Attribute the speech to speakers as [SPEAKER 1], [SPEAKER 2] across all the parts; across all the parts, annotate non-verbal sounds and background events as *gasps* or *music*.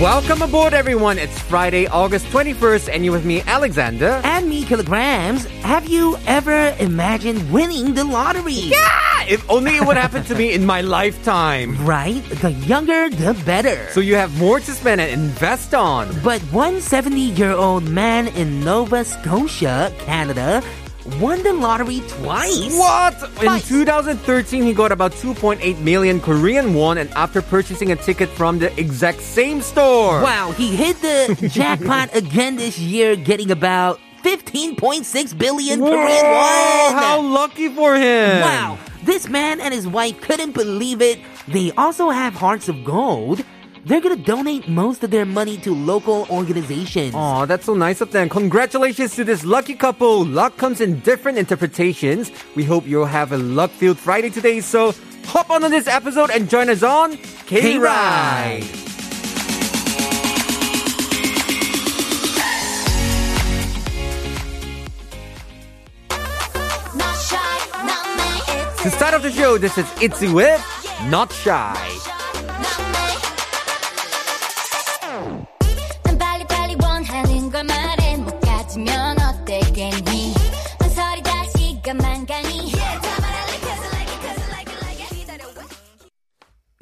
[SPEAKER 1] Welcome aboard, everyone. It's Friday, August 21st, and you're with me, Alexander.
[SPEAKER 2] and me kilograms. Have you ever imagined winning the lottery?
[SPEAKER 1] Ah, if only it would happen to me in my lifetime.
[SPEAKER 2] Right? The younger, the better.
[SPEAKER 1] So you have more to spend and invest on.
[SPEAKER 2] but one 70 year old man in Nova Scotia, Canada, won the lottery twice.
[SPEAKER 1] What? In
[SPEAKER 2] Twice.
[SPEAKER 1] 2013, he got about 2.8 million Korean won, and after purchasing a ticket from the exact same store.
[SPEAKER 2] Wow, he hit
[SPEAKER 1] *laughs*
[SPEAKER 2] the jackpot again this year, getting about 15.6 billion
[SPEAKER 1] Whoa,
[SPEAKER 2] Korean won.
[SPEAKER 1] how lucky for him.
[SPEAKER 2] Wow, this man and his wife couldn't believe it. They also have hearts of gold. They're gonna donate most of their money to local organizations.
[SPEAKER 1] Aw, that's so nice of them. Congratulations to this lucky couple. Luck comes in different interpretations. We hope you'll have a luck filled Friday today. So hop on to this episode and join us on K Ride.
[SPEAKER 3] Not shy, not me. It's
[SPEAKER 1] To start off the show, this is Itzy with Not Shy.
[SPEAKER 3] 난 빨리빨리 원하는 걸 말해 못 가지면 어때 괜히 망설이다 시간만 가니 다 말할래 cause I like it cause I like it like it 기다려와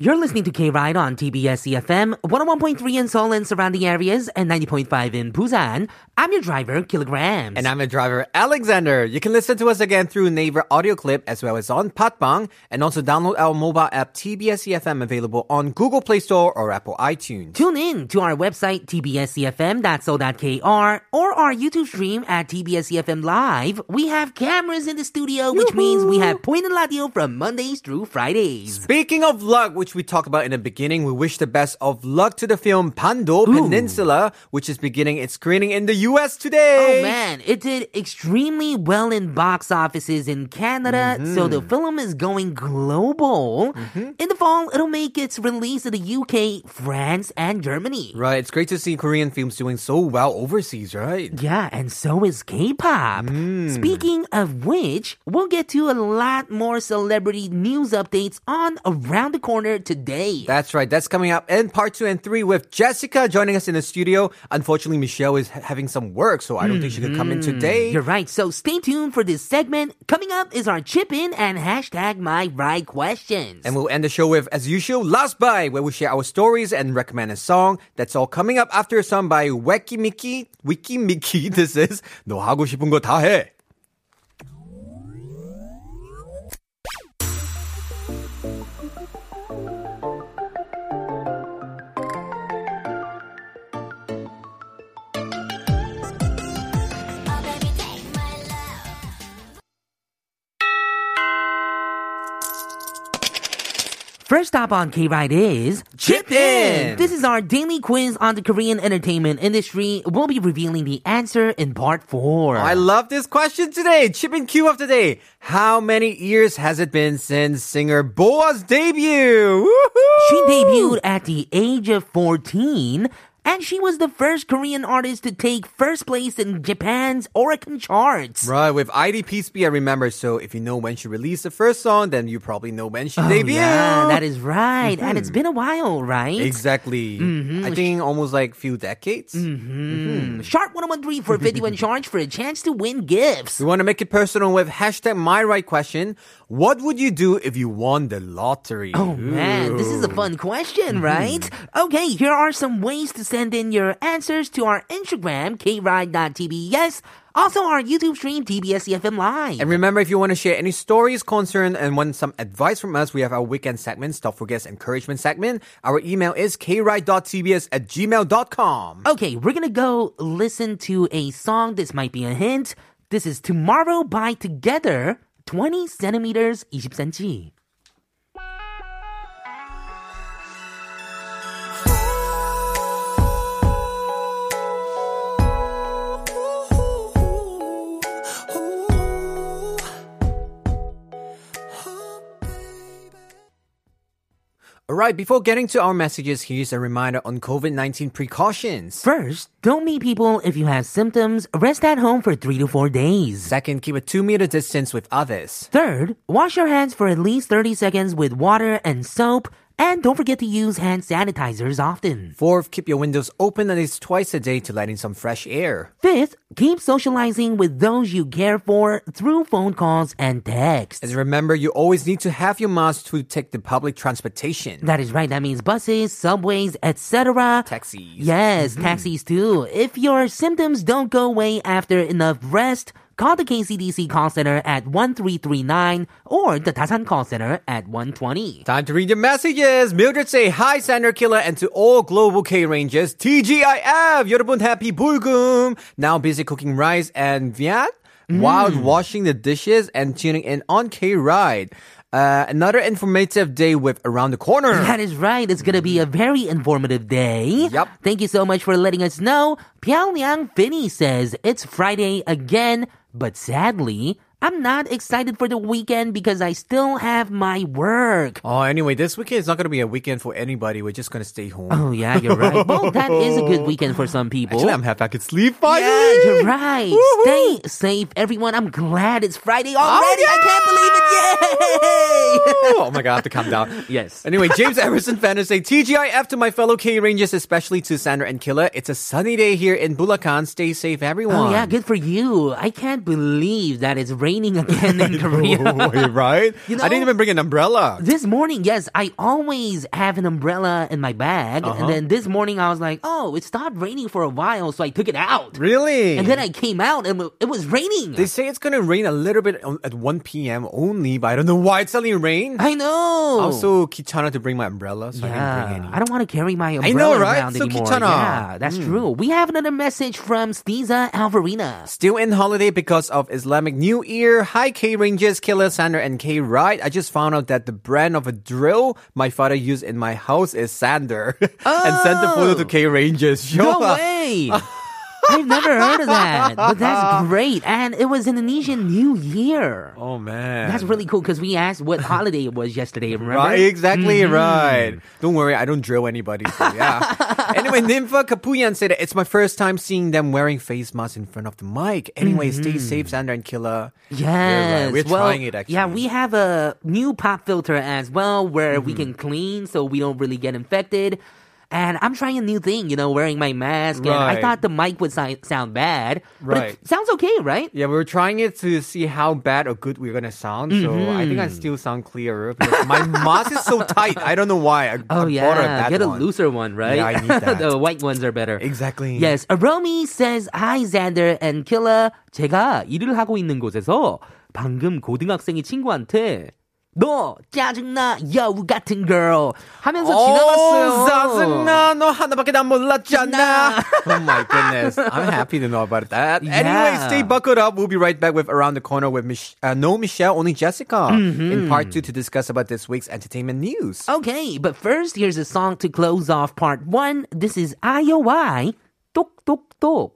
[SPEAKER 2] You're listening to K Ride on TBS EFM, 101.3 in Seoul and surrounding areas, and 90.5 in Busan. I'm your driver, Kilograms.
[SPEAKER 1] And I'm a driver, Alexander. You can listen to us again through Naver Audio Clip as well as on Patbang and also download our mobile app TBS EFM E available on Google Play Store or Apple iTunes.
[SPEAKER 2] Tune in to our website, E tbscfm.so.kr, or our YouTube stream at tbscfm E live. We have cameras in the studio, which means we have Point and Ladio from Mondays through Fridays.
[SPEAKER 1] Speaking of luck, which we talked about in the beginning, we wish the best of luck to the film Pando Peninsula, which is beginning its screening in the US today.
[SPEAKER 2] Oh man, it did extremely well in box offices in Canada, so the film is going global. In the fall, it'll make its release in the UK, France, and Germany.
[SPEAKER 1] Right, it's great to see Korean films doing so well overseas, right?
[SPEAKER 2] Yeah, and so is K-pop. Speaking of which, we'll get to a lot more celebrity news updates on Around the Corner today.
[SPEAKER 1] That's right. That's coming up in part two and three with Jessica joining us in the studio. Unfortunately, Michelle is ha- having some work, so I don't think she could come in today.
[SPEAKER 2] Mm-hmm. You're right. So stay tuned for this segment. Coming up is our chip in and hashtag my right questions.
[SPEAKER 1] And we'll end the show with, as usual, Last Buy, where we share our stories and recommend a song. That's all coming up after a song by Wacky Mickey. Wiki Mickey, *laughs* this is 너 하고 싶은 거다 해.
[SPEAKER 3] Oh baby take my love
[SPEAKER 2] First up on K Ride is
[SPEAKER 1] Chip In.
[SPEAKER 2] This is our daily quiz on the Korean entertainment industry. We'll be revealing the answer in part four.
[SPEAKER 1] I love this question today. Chip and Q of the day. How many years has it been since singer Boa's debut? Woohoo!
[SPEAKER 2] She debuted at the age of 14, and she was the first Korean artist to take first place in Japan's Oricon charts.
[SPEAKER 1] Right, with IDP Speed, I remember. So if you know when she released the first song, then you probably know when she debuted.
[SPEAKER 2] Oh, Yeah, that is right. And it's
[SPEAKER 1] Mm-hmm.
[SPEAKER 2] been a while, right?
[SPEAKER 1] Exactly.
[SPEAKER 2] Mm-hmm.
[SPEAKER 1] I think almost like few decades.
[SPEAKER 2] Sharp 1013 for 51
[SPEAKER 1] *laughs*
[SPEAKER 2] charge for a chance to win gifts.
[SPEAKER 1] We want to make it personal with hashtag my right question. What would you do if you won the lottery?
[SPEAKER 2] Oh man, this is a fun question, right? Okay, here are some ways to send in your answers to our Instagram, kride.tbs, also our YouTube stream, TBS EFM E Live.
[SPEAKER 1] And remember, if you want to share any stories, concern, and want some advice from us, we have our weekend segment, Stuff for Guests Encouragement segment. Our email is kride.tbs at gmail.com.
[SPEAKER 2] Okay, we're gonna go listen to a song. This might be a hint. This is Tomorrow by Together, 20 centimeters, 20cm.
[SPEAKER 1] Alright, before getting to our messages, here's a reminder on COVID 19 precautions.
[SPEAKER 2] First, don't meet people if you have symptoms. Rest at home for three to four days.
[SPEAKER 1] Second, keep a 2 meter distance with others.
[SPEAKER 2] Third, wash your hands for at least 30 seconds with water and soap. And don't forget to use hand sanitizers often.
[SPEAKER 1] Fourth, keep your windows open at least twice a day to let in some fresh air.
[SPEAKER 2] Fifth, keep socializing with those you care for through phone calls and texts.
[SPEAKER 1] As remember, you always need to have your mask to take the public transportation.
[SPEAKER 2] That is right. That means buses, subways, etc.
[SPEAKER 1] Taxis.
[SPEAKER 2] Yes, taxis too. If your symptoms don't go away after enough rest, call the KCDC call center at 1339 or the Dasan call center at 120.
[SPEAKER 1] Time to read your messages. Mildred say hi, Sander Killer, and to all global K Rangers. TGIF, 여러분 happy 불금. Now busy cooking rice and vian
[SPEAKER 2] Mm.
[SPEAKER 1] while washing the dishes and tuning in on K Ride. Uh, another informative day with around the corner.
[SPEAKER 2] That is right. It's gonna be a very informative day.
[SPEAKER 1] Yup.
[SPEAKER 2] Thank you so much for letting us know. Pyongyang Finney says it's Friday again, but sadly, I'm not excited for the weekend because I still have my work.
[SPEAKER 1] Oh, anyway, this weekend is not going to be a weekend for anybody. We're just going to stay home.
[SPEAKER 2] Oh yeah, you're right. Well, that is a good weekend for some people.
[SPEAKER 1] Actually, I'm happy I could sleep finally.
[SPEAKER 2] yeah, you're right. Stay safe, everyone. I'm glad it's Friday already. I can't believe it. Yay!
[SPEAKER 1] oh my Oh god, *laughs* I have to calm down.
[SPEAKER 2] Yes.
[SPEAKER 1] Anyway, James Everson fans say TGIF to my fellow K Rangers, especially to Sandra and Killa. It's a sunny day here in Bulacan. Stay safe, everyone.
[SPEAKER 2] Oh yeah, good for you. I can't believe that it's raining
[SPEAKER 1] *laughs*
[SPEAKER 2] again in Korea.
[SPEAKER 1] Oh, Wait, right?
[SPEAKER 2] You
[SPEAKER 1] I didn't
[SPEAKER 2] know-
[SPEAKER 1] even bring an umbrella.
[SPEAKER 2] This morning, yes, I always have an umbrella in my bag.
[SPEAKER 1] Uh-huh.
[SPEAKER 2] And then this morning, I was like, oh, it stopped raining for a while, so I took it out.
[SPEAKER 1] Really?
[SPEAKER 2] And then I came out and it was raining.
[SPEAKER 1] they say it's gonna rain a little bit on, at 1 p.m. only, but I don't know why it's suddenly rain.
[SPEAKER 2] I know. Uh,
[SPEAKER 1] I'm so kichana to bring my umbrella, so I didn't bring any.
[SPEAKER 2] I don't want to carry my umbrella
[SPEAKER 1] know, right? Hmm.
[SPEAKER 2] around
[SPEAKER 1] So
[SPEAKER 2] anymore.
[SPEAKER 1] kitana.
[SPEAKER 2] Yeah, that's true. We have another message from Stiza
[SPEAKER 1] *laughs*
[SPEAKER 2] Alvarina.
[SPEAKER 1] Still in holiday because of Islamic New Year. Hi, K Rangers, Killer Sander, and K Ride. I just found out that the brand of a drill my father used in my house is Sander, *laughs* and sent the photo to K *laughs* Rangers.
[SPEAKER 2] Oh. No way. I've never heard of that, but that's great. And it was Indonesian New Year.
[SPEAKER 1] Oh man,
[SPEAKER 2] That's really cool because we asked what holiday it was yesterday, remember?
[SPEAKER 1] Right, exactly
[SPEAKER 2] Mm-hmm.
[SPEAKER 1] right. Don't worry, I don't drill anybody. So yeah.
[SPEAKER 2] *laughs*
[SPEAKER 1] anyway, Nympha Kapuyan said it's my first time seeing them wearing face masks in front of the mic. Anyway, stay safe, Sandra and Killer.
[SPEAKER 2] Mm-hmm. Yes.
[SPEAKER 1] We're
[SPEAKER 2] well,
[SPEAKER 1] trying it actually.
[SPEAKER 2] Yeah, we have a new pop filter as well where we
[SPEAKER 1] Mm-hmm.
[SPEAKER 2] can clean so we don't really get infected. And I'm trying a new thing, you know, wearing my mask. And I
[SPEAKER 1] Right.
[SPEAKER 2] thought the mic would si- sound bad. But
[SPEAKER 1] Right.
[SPEAKER 2] it sounds okay, right?
[SPEAKER 1] Yeah, we were trying it to see how bad or good we're gonna sound. So I think I
[SPEAKER 2] Mm-hmm.
[SPEAKER 1] still sound clearer. because my mask is so tight. I don't know why. I, I bought a
[SPEAKER 2] Oh, yeah.
[SPEAKER 1] bad
[SPEAKER 2] Get a
[SPEAKER 1] one.
[SPEAKER 2] looser one, right?
[SPEAKER 1] Yeah, I
[SPEAKER 2] *laughs*
[SPEAKER 1] need that.
[SPEAKER 2] the white ones are better.
[SPEAKER 1] Exactly.
[SPEAKER 2] Yes, Aromi says, Hi, Xander and Killa. 제가 일을 하고 있는 곳에서 방금 고등학생이 친구한테 너 짜증나 여우 같은 girl 하면서
[SPEAKER 1] Oh,
[SPEAKER 2] 지나갔어요.
[SPEAKER 1] 짜증나. 너 하나밖에 나 몰랐잖아. *laughs* oh my goodness. I'm happy to know about that. Anyway,
[SPEAKER 2] Yeah.
[SPEAKER 1] stay buckled up. We'll be right back with Around the Corner with Mich- uh, no Michelle, only Jessica
[SPEAKER 2] Mm-hmm.
[SPEAKER 1] in part two to discuss about this week's entertainment news.
[SPEAKER 2] Okay, but first here's a song to close off part one. This is IOI. 똑똑똑.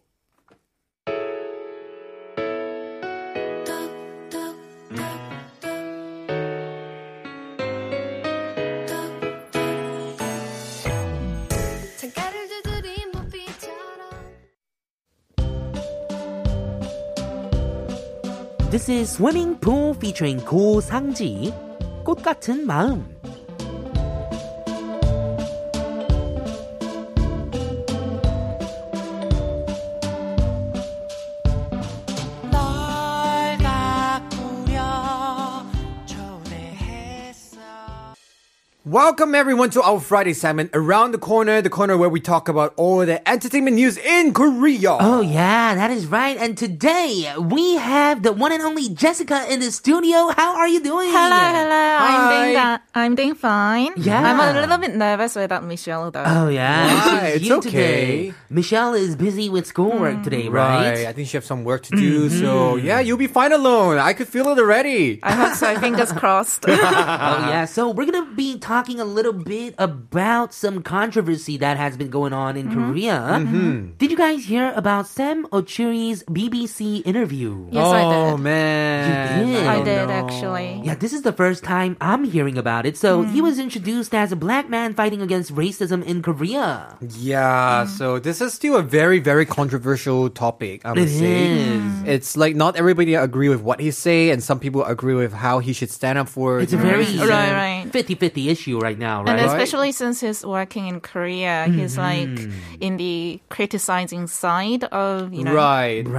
[SPEAKER 3] 창가를 두드린 모피처럼
[SPEAKER 2] This is Swimming Pool featuring 고상지. 꽃 같은 마음.
[SPEAKER 4] 널 가꾸려 초대했어
[SPEAKER 1] Welcome everyone to our Friday segment, Around the Corner, the corner where we talk about all the entertainment news in Korea.
[SPEAKER 2] Oh yeah, that is right. And today we have the one and only Jessica in the studio. How are you doing?
[SPEAKER 5] Hello, hello. I'm doing
[SPEAKER 1] Hi.
[SPEAKER 5] that. I'm doing fine.
[SPEAKER 2] Yeah.
[SPEAKER 5] I'm a little bit nervous without Michelle though.
[SPEAKER 2] Oh yeah,
[SPEAKER 1] Why?
[SPEAKER 2] this is
[SPEAKER 1] It's
[SPEAKER 2] you
[SPEAKER 1] okay.
[SPEAKER 2] Today. Michelle is busy with schoolwork today,
[SPEAKER 1] Right.
[SPEAKER 2] right? Mm-hmm.
[SPEAKER 1] I think she has some work to do. So yeah, you'll be fine alone. I could feel it already.
[SPEAKER 5] I hope so. Fingers crossed.
[SPEAKER 2] oh yeah. So we're gonna be talking a little bit about some controversy that has been going on in Korea. Did you guys hear about Sam Ochuri's BBC interview?
[SPEAKER 5] *laughs* Yes,
[SPEAKER 1] oh,
[SPEAKER 5] I did.
[SPEAKER 1] man.
[SPEAKER 2] You did?
[SPEAKER 5] I
[SPEAKER 1] don't
[SPEAKER 5] did
[SPEAKER 1] know.
[SPEAKER 5] actually.
[SPEAKER 2] Yeah, this is the first time I'm hearing about it. So he was introduced as a black man fighting against racism in Korea.
[SPEAKER 1] Yeah, so this is still a very, very controversial topic, I would
[SPEAKER 2] It
[SPEAKER 1] say. Mm-hmm.
[SPEAKER 2] is.
[SPEAKER 1] It's like not everybody agree with what he say, and some people agree with how he should stand up for.
[SPEAKER 2] It's a very
[SPEAKER 5] Right, right.
[SPEAKER 2] 50 50 issue right now,
[SPEAKER 5] And
[SPEAKER 2] right?
[SPEAKER 1] Right.
[SPEAKER 5] especially since he's working in Korea, he's like in the criticizing side of you know.
[SPEAKER 1] right, But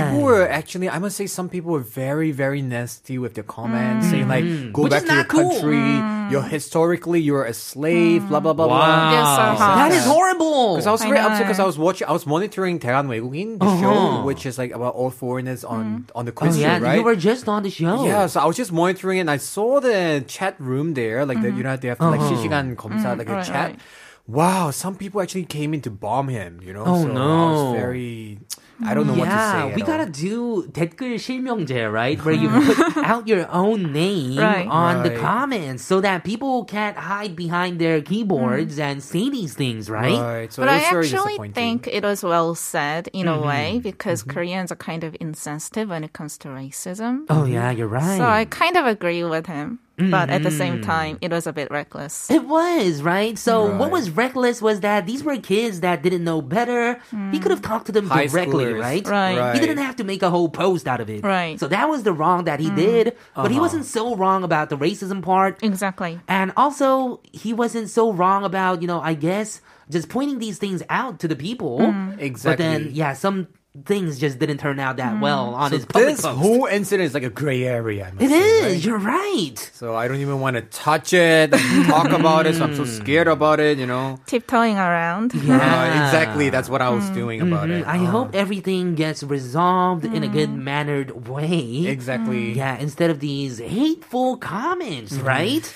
[SPEAKER 1] people
[SPEAKER 2] Right.
[SPEAKER 1] were actually, I must say, some people were very, very nasty with their comments, saying like, "Go
[SPEAKER 2] Which
[SPEAKER 1] back
[SPEAKER 2] is
[SPEAKER 1] to your
[SPEAKER 2] not cool.
[SPEAKER 1] country. You're historically, you're a slave." Blah blah blah blah.
[SPEAKER 5] They're so hot.
[SPEAKER 2] that is horrible.
[SPEAKER 1] Because I was
[SPEAKER 5] I
[SPEAKER 1] very upset
[SPEAKER 5] know.
[SPEAKER 1] because I was watching, I was monitoring Taegan Waegungin, the show, which is like about all foreigners on on the
[SPEAKER 2] Uh-huh. Oh,
[SPEAKER 1] quiz show,
[SPEAKER 2] yeah,
[SPEAKER 1] right?
[SPEAKER 2] you were just on the show.
[SPEAKER 1] Yeah, so I was just monitoring and I saw the chat room there, like the,
[SPEAKER 2] Mm-hmm.
[SPEAKER 1] you know they have like
[SPEAKER 2] Uh-huh.
[SPEAKER 1] 실시간
[SPEAKER 2] Mm,
[SPEAKER 1] 검사 like a
[SPEAKER 5] right,
[SPEAKER 1] chat.
[SPEAKER 5] right.
[SPEAKER 1] Wow, some people actually came in to bomb him. You know,
[SPEAKER 2] Oh,
[SPEAKER 1] so I
[SPEAKER 2] no.
[SPEAKER 1] was very. I don't know what to say.
[SPEAKER 2] Yeah,
[SPEAKER 1] at
[SPEAKER 2] we
[SPEAKER 1] all.
[SPEAKER 2] gotta do 댓글 실명제, right? Where you
[SPEAKER 5] *laughs*
[SPEAKER 2] put out your own name
[SPEAKER 5] Right.
[SPEAKER 2] on the
[SPEAKER 1] Right.
[SPEAKER 2] comments so that people can't hide behind their keyboards
[SPEAKER 5] Mm-hmm.
[SPEAKER 2] and say these things, right?
[SPEAKER 1] Right, so
[SPEAKER 5] But
[SPEAKER 1] it
[SPEAKER 5] I
[SPEAKER 1] was very
[SPEAKER 5] actually
[SPEAKER 1] disappointing.
[SPEAKER 5] think it was well said in a way because Koreans are kind of insensitive when it comes to racism.
[SPEAKER 2] Oh yeah, you're right.
[SPEAKER 5] So I kind of agree with him, but at the same time, it was a bit reckless.
[SPEAKER 2] It was, right? So what
[SPEAKER 1] Right.
[SPEAKER 2] was reckless was that these were kids that didn't know better. He could have talked to them
[SPEAKER 1] High schoolers.
[SPEAKER 2] directly, right?
[SPEAKER 5] Mm. Right.
[SPEAKER 1] Right.
[SPEAKER 2] He didn't have to make a whole post out of it.
[SPEAKER 5] Right. Mm.
[SPEAKER 2] So that was the wrong that he did. But
[SPEAKER 1] Uh-huh.
[SPEAKER 2] he wasn't so wrong about the racism part.
[SPEAKER 5] Exactly.
[SPEAKER 2] And also, he wasn't so wrong about, you know, I guess just pointing these things out to the people. But
[SPEAKER 1] Exactly.
[SPEAKER 2] then, yeah, some things just didn't turn out that well on his public
[SPEAKER 1] this
[SPEAKER 2] post.
[SPEAKER 1] whole incident is like a gray area. I must
[SPEAKER 2] it
[SPEAKER 1] say,
[SPEAKER 2] is.
[SPEAKER 1] right?
[SPEAKER 2] You're right.
[SPEAKER 1] So I don't even want to touch it, talk about it. So I'm so
[SPEAKER 5] Hmm.
[SPEAKER 1] scared about it. You know.
[SPEAKER 5] Tiptoeing around. *laughs* Ah.
[SPEAKER 1] Uh, exactly. Uh-huh. That's what I was doing about it.
[SPEAKER 2] I
[SPEAKER 5] Mm-hmm.
[SPEAKER 2] hope everything gets resolved in a good mannered way.
[SPEAKER 1] Exactly.
[SPEAKER 5] Mm.
[SPEAKER 2] Yeah, instead of these hateful comments,
[SPEAKER 1] Mm-hmm.
[SPEAKER 2] right?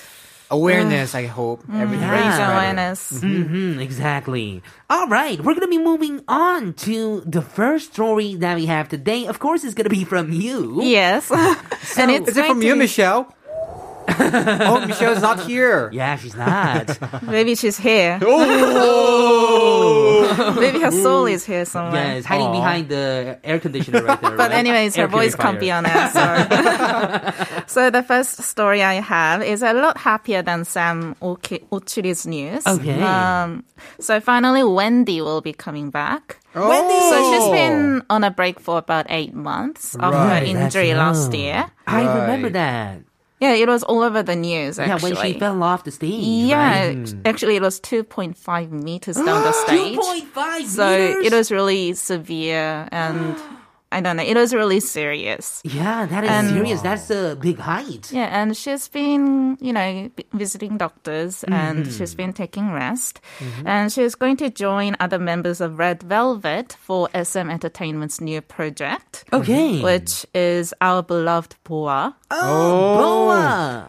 [SPEAKER 1] Awareness. I hope everything. gets
[SPEAKER 2] Yeah.
[SPEAKER 5] Mm. Raise
[SPEAKER 1] better.
[SPEAKER 5] awareness.
[SPEAKER 2] Mm-hmm, exactly. All right, we're going to be moving on to the first story that we have today. Of course, it's going to be from you.
[SPEAKER 5] Yes. *laughs* and
[SPEAKER 1] Is
[SPEAKER 5] it's
[SPEAKER 1] it
[SPEAKER 5] going
[SPEAKER 1] from
[SPEAKER 5] to
[SPEAKER 1] you,
[SPEAKER 5] be- *laughs*
[SPEAKER 1] Michelle? oh, Michelle's not here.
[SPEAKER 2] Yeah, she's
[SPEAKER 5] *laughs*
[SPEAKER 2] not.
[SPEAKER 5] Maybe she's here.
[SPEAKER 1] Oh!
[SPEAKER 5] *laughs* Maybe her soul is here somewhere.
[SPEAKER 2] yeah, it's hiding
[SPEAKER 1] Aw.
[SPEAKER 2] behind the air conditioner right there.
[SPEAKER 5] *laughs* But anyways, her voice can't be on air. So.
[SPEAKER 2] *laughs*
[SPEAKER 5] so *laughs* the first story I have is a lot happier than Sam Oki- Ochuri's news.
[SPEAKER 2] Okay.
[SPEAKER 5] Um, so finally, Wendy will be coming back.
[SPEAKER 1] Wendy!
[SPEAKER 5] So
[SPEAKER 2] Oh!
[SPEAKER 5] she's been on a break for about eight months after
[SPEAKER 1] Right,
[SPEAKER 5] her
[SPEAKER 2] that's
[SPEAKER 5] injury last
[SPEAKER 2] long.
[SPEAKER 5] year.
[SPEAKER 2] I
[SPEAKER 1] Right.
[SPEAKER 2] remember that.
[SPEAKER 5] Yeah, it was all over the news
[SPEAKER 2] Yeah,
[SPEAKER 5] actually.
[SPEAKER 2] when she fell off the stage.
[SPEAKER 5] Yeah,
[SPEAKER 2] right?
[SPEAKER 5] ac- actually, it was 2.5 meters down
[SPEAKER 2] *gasps*
[SPEAKER 5] the stage.
[SPEAKER 2] 2.5
[SPEAKER 5] So
[SPEAKER 2] meters?
[SPEAKER 5] it was really severe
[SPEAKER 2] *gasps*
[SPEAKER 5] and I don't know, it was really serious.
[SPEAKER 2] Yeah, that is serious. That's a big height.
[SPEAKER 5] Yeah, and she's been, you know, b- visiting doctors
[SPEAKER 2] Mm-hmm.
[SPEAKER 5] and she's been taking rest. And she's going to join other members of Red Velvet for SM Entertainment's new project,
[SPEAKER 2] Okay.
[SPEAKER 5] which is Our Beloved Boa.
[SPEAKER 2] Boa.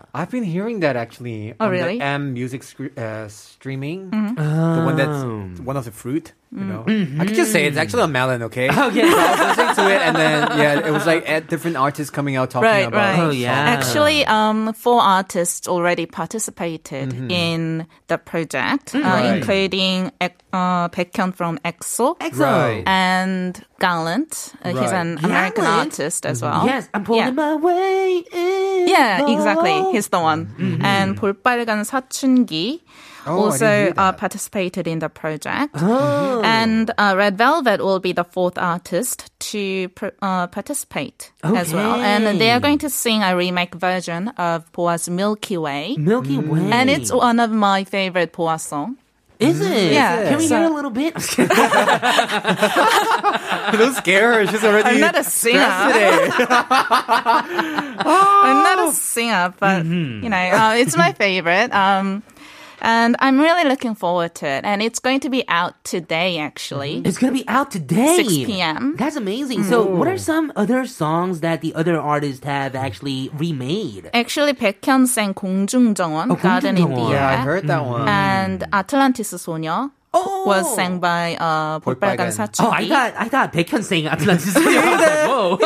[SPEAKER 1] Oh. I've been hearing that actually.
[SPEAKER 5] Oh,
[SPEAKER 1] on
[SPEAKER 5] really? Mm-hmm.
[SPEAKER 1] The M music scre- uh, streaming. The one
[SPEAKER 5] Oh.
[SPEAKER 1] that's one of the fruit, you know? I could just say it's actually a melon, okay?
[SPEAKER 5] *laughs* Oh,
[SPEAKER 2] Okay.
[SPEAKER 1] So *laughs* I was listening to it, and then, yeah, it was like at different artists coming out talking
[SPEAKER 5] Right,
[SPEAKER 1] about
[SPEAKER 5] right.
[SPEAKER 2] Oh, yeah.
[SPEAKER 5] Actually, um, four artists already participated in the project,
[SPEAKER 1] Mm-hmm. Mm.
[SPEAKER 5] uh,
[SPEAKER 1] Right.
[SPEAKER 5] including uh, Baekhyun from EXO
[SPEAKER 1] Right.
[SPEAKER 5] and Gallant. Uh, He's
[SPEAKER 1] Right. Mm-hmm.
[SPEAKER 5] an American
[SPEAKER 2] Gallant?
[SPEAKER 5] artist as well.
[SPEAKER 2] Yes, I'm pulling
[SPEAKER 5] Yeah.
[SPEAKER 2] my way in.
[SPEAKER 5] Yeah, exactly.
[SPEAKER 2] Oh.
[SPEAKER 5] He's the one. And 볼빨간 사춘기
[SPEAKER 1] Mm-hmm. Oh, I didn't
[SPEAKER 5] also
[SPEAKER 1] hear
[SPEAKER 5] uh,
[SPEAKER 1] that. Oh. Mm-hmm.
[SPEAKER 5] participated in the project. And uh, Red Velvet will be the fourth artist to pr- uh, participate as well. And they are going to sing a remake version of Poa's Milky Way.
[SPEAKER 2] Milky Way.
[SPEAKER 5] And it's one of my favorite Poa song.
[SPEAKER 2] Is it?
[SPEAKER 5] Yeah,
[SPEAKER 2] Can we
[SPEAKER 5] so-
[SPEAKER 2] hear a little bit? *laughs*
[SPEAKER 1] *laughs* Don't scare her. She's already.
[SPEAKER 5] I'm not a singer.
[SPEAKER 1] today.
[SPEAKER 5] I'm not a singer, but
[SPEAKER 1] Mm-hmm.
[SPEAKER 5] you know, uh, it's my favorite. Um, and I'm really looking forward to it. And it's going to be out today, actually.
[SPEAKER 2] it's gonna be out today.
[SPEAKER 5] 6 p.m..
[SPEAKER 2] That's amazing. So, what are some other songs that the other artists have actually remade?
[SPEAKER 5] Actually, 백현 sang 공중정원,
[SPEAKER 2] Oh,
[SPEAKER 5] Garden in the
[SPEAKER 2] 공중정원.
[SPEAKER 5] Air.
[SPEAKER 1] yeah, Mm. I heard that one.
[SPEAKER 5] And Atlantis 소녀
[SPEAKER 2] Oh.
[SPEAKER 5] was sang by uh, 볼빨간
[SPEAKER 1] 볼빨간.
[SPEAKER 5] 사춘기.
[SPEAKER 2] Oh, I thought *laughs* I thought Baekhyun sang Atlantis.
[SPEAKER 5] *laughs*
[SPEAKER 2] Whoa.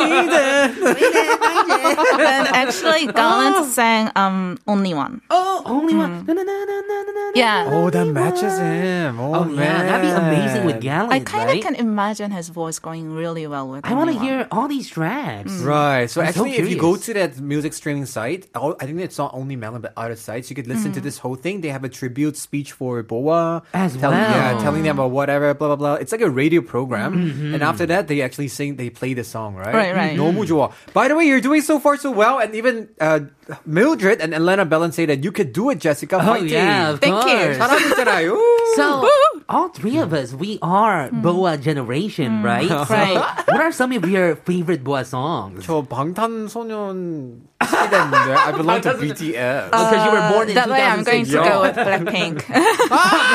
[SPEAKER 5] and actually, Garland sang um, Only One.
[SPEAKER 2] *laughs* Oh, only one. No, no, no, no, no, no, no.
[SPEAKER 5] Hmm. Yeah.
[SPEAKER 1] Oh, that matches him. Oh,
[SPEAKER 2] Oh, yeah,
[SPEAKER 1] man.
[SPEAKER 2] that'd be amazing with Gallant,
[SPEAKER 5] I kind of
[SPEAKER 2] right?
[SPEAKER 5] can imagine his voice going really well with
[SPEAKER 2] I want to
[SPEAKER 5] anyone.
[SPEAKER 2] hear all these tracks.
[SPEAKER 5] Hmm.
[SPEAKER 1] Right. So
[SPEAKER 2] I'm so
[SPEAKER 1] actually, if you go
[SPEAKER 2] curious.
[SPEAKER 1] to that music streaming site, oh, I think it's not only Melon but other sites. You could listen to
[SPEAKER 5] Mm.
[SPEAKER 1] this whole thing. They have a tribute speech for Boa
[SPEAKER 2] As
[SPEAKER 1] telling,
[SPEAKER 2] well. Mm-hmm.
[SPEAKER 1] Yeah, telling them about whatever, blah blah blah. It's like a radio program. And after that, they actually sing. They play the song, right?
[SPEAKER 5] Right, right.
[SPEAKER 2] Mm.
[SPEAKER 1] 너무 좋아. By the way, you're doing so far so well, and even uh, Mildred and Elena Belen say that you could do it, Jessica.
[SPEAKER 2] Oh, yeah, of
[SPEAKER 5] Thank you.
[SPEAKER 2] course.
[SPEAKER 1] 잘하셨잖아요.
[SPEAKER 5] *laughs*
[SPEAKER 2] So, all three of us, we are Boa generation, right? So,
[SPEAKER 5] Hmm. Right.
[SPEAKER 2] what are some of your favorite Boa songs?
[SPEAKER 1] 저 방탄소년 시대인데 I belong to BTS.
[SPEAKER 2] Because you were born in
[SPEAKER 5] Uh, That way, I'm going to
[SPEAKER 2] 2006.
[SPEAKER 5] go with
[SPEAKER 2] *laughs*
[SPEAKER 5] Blackpink.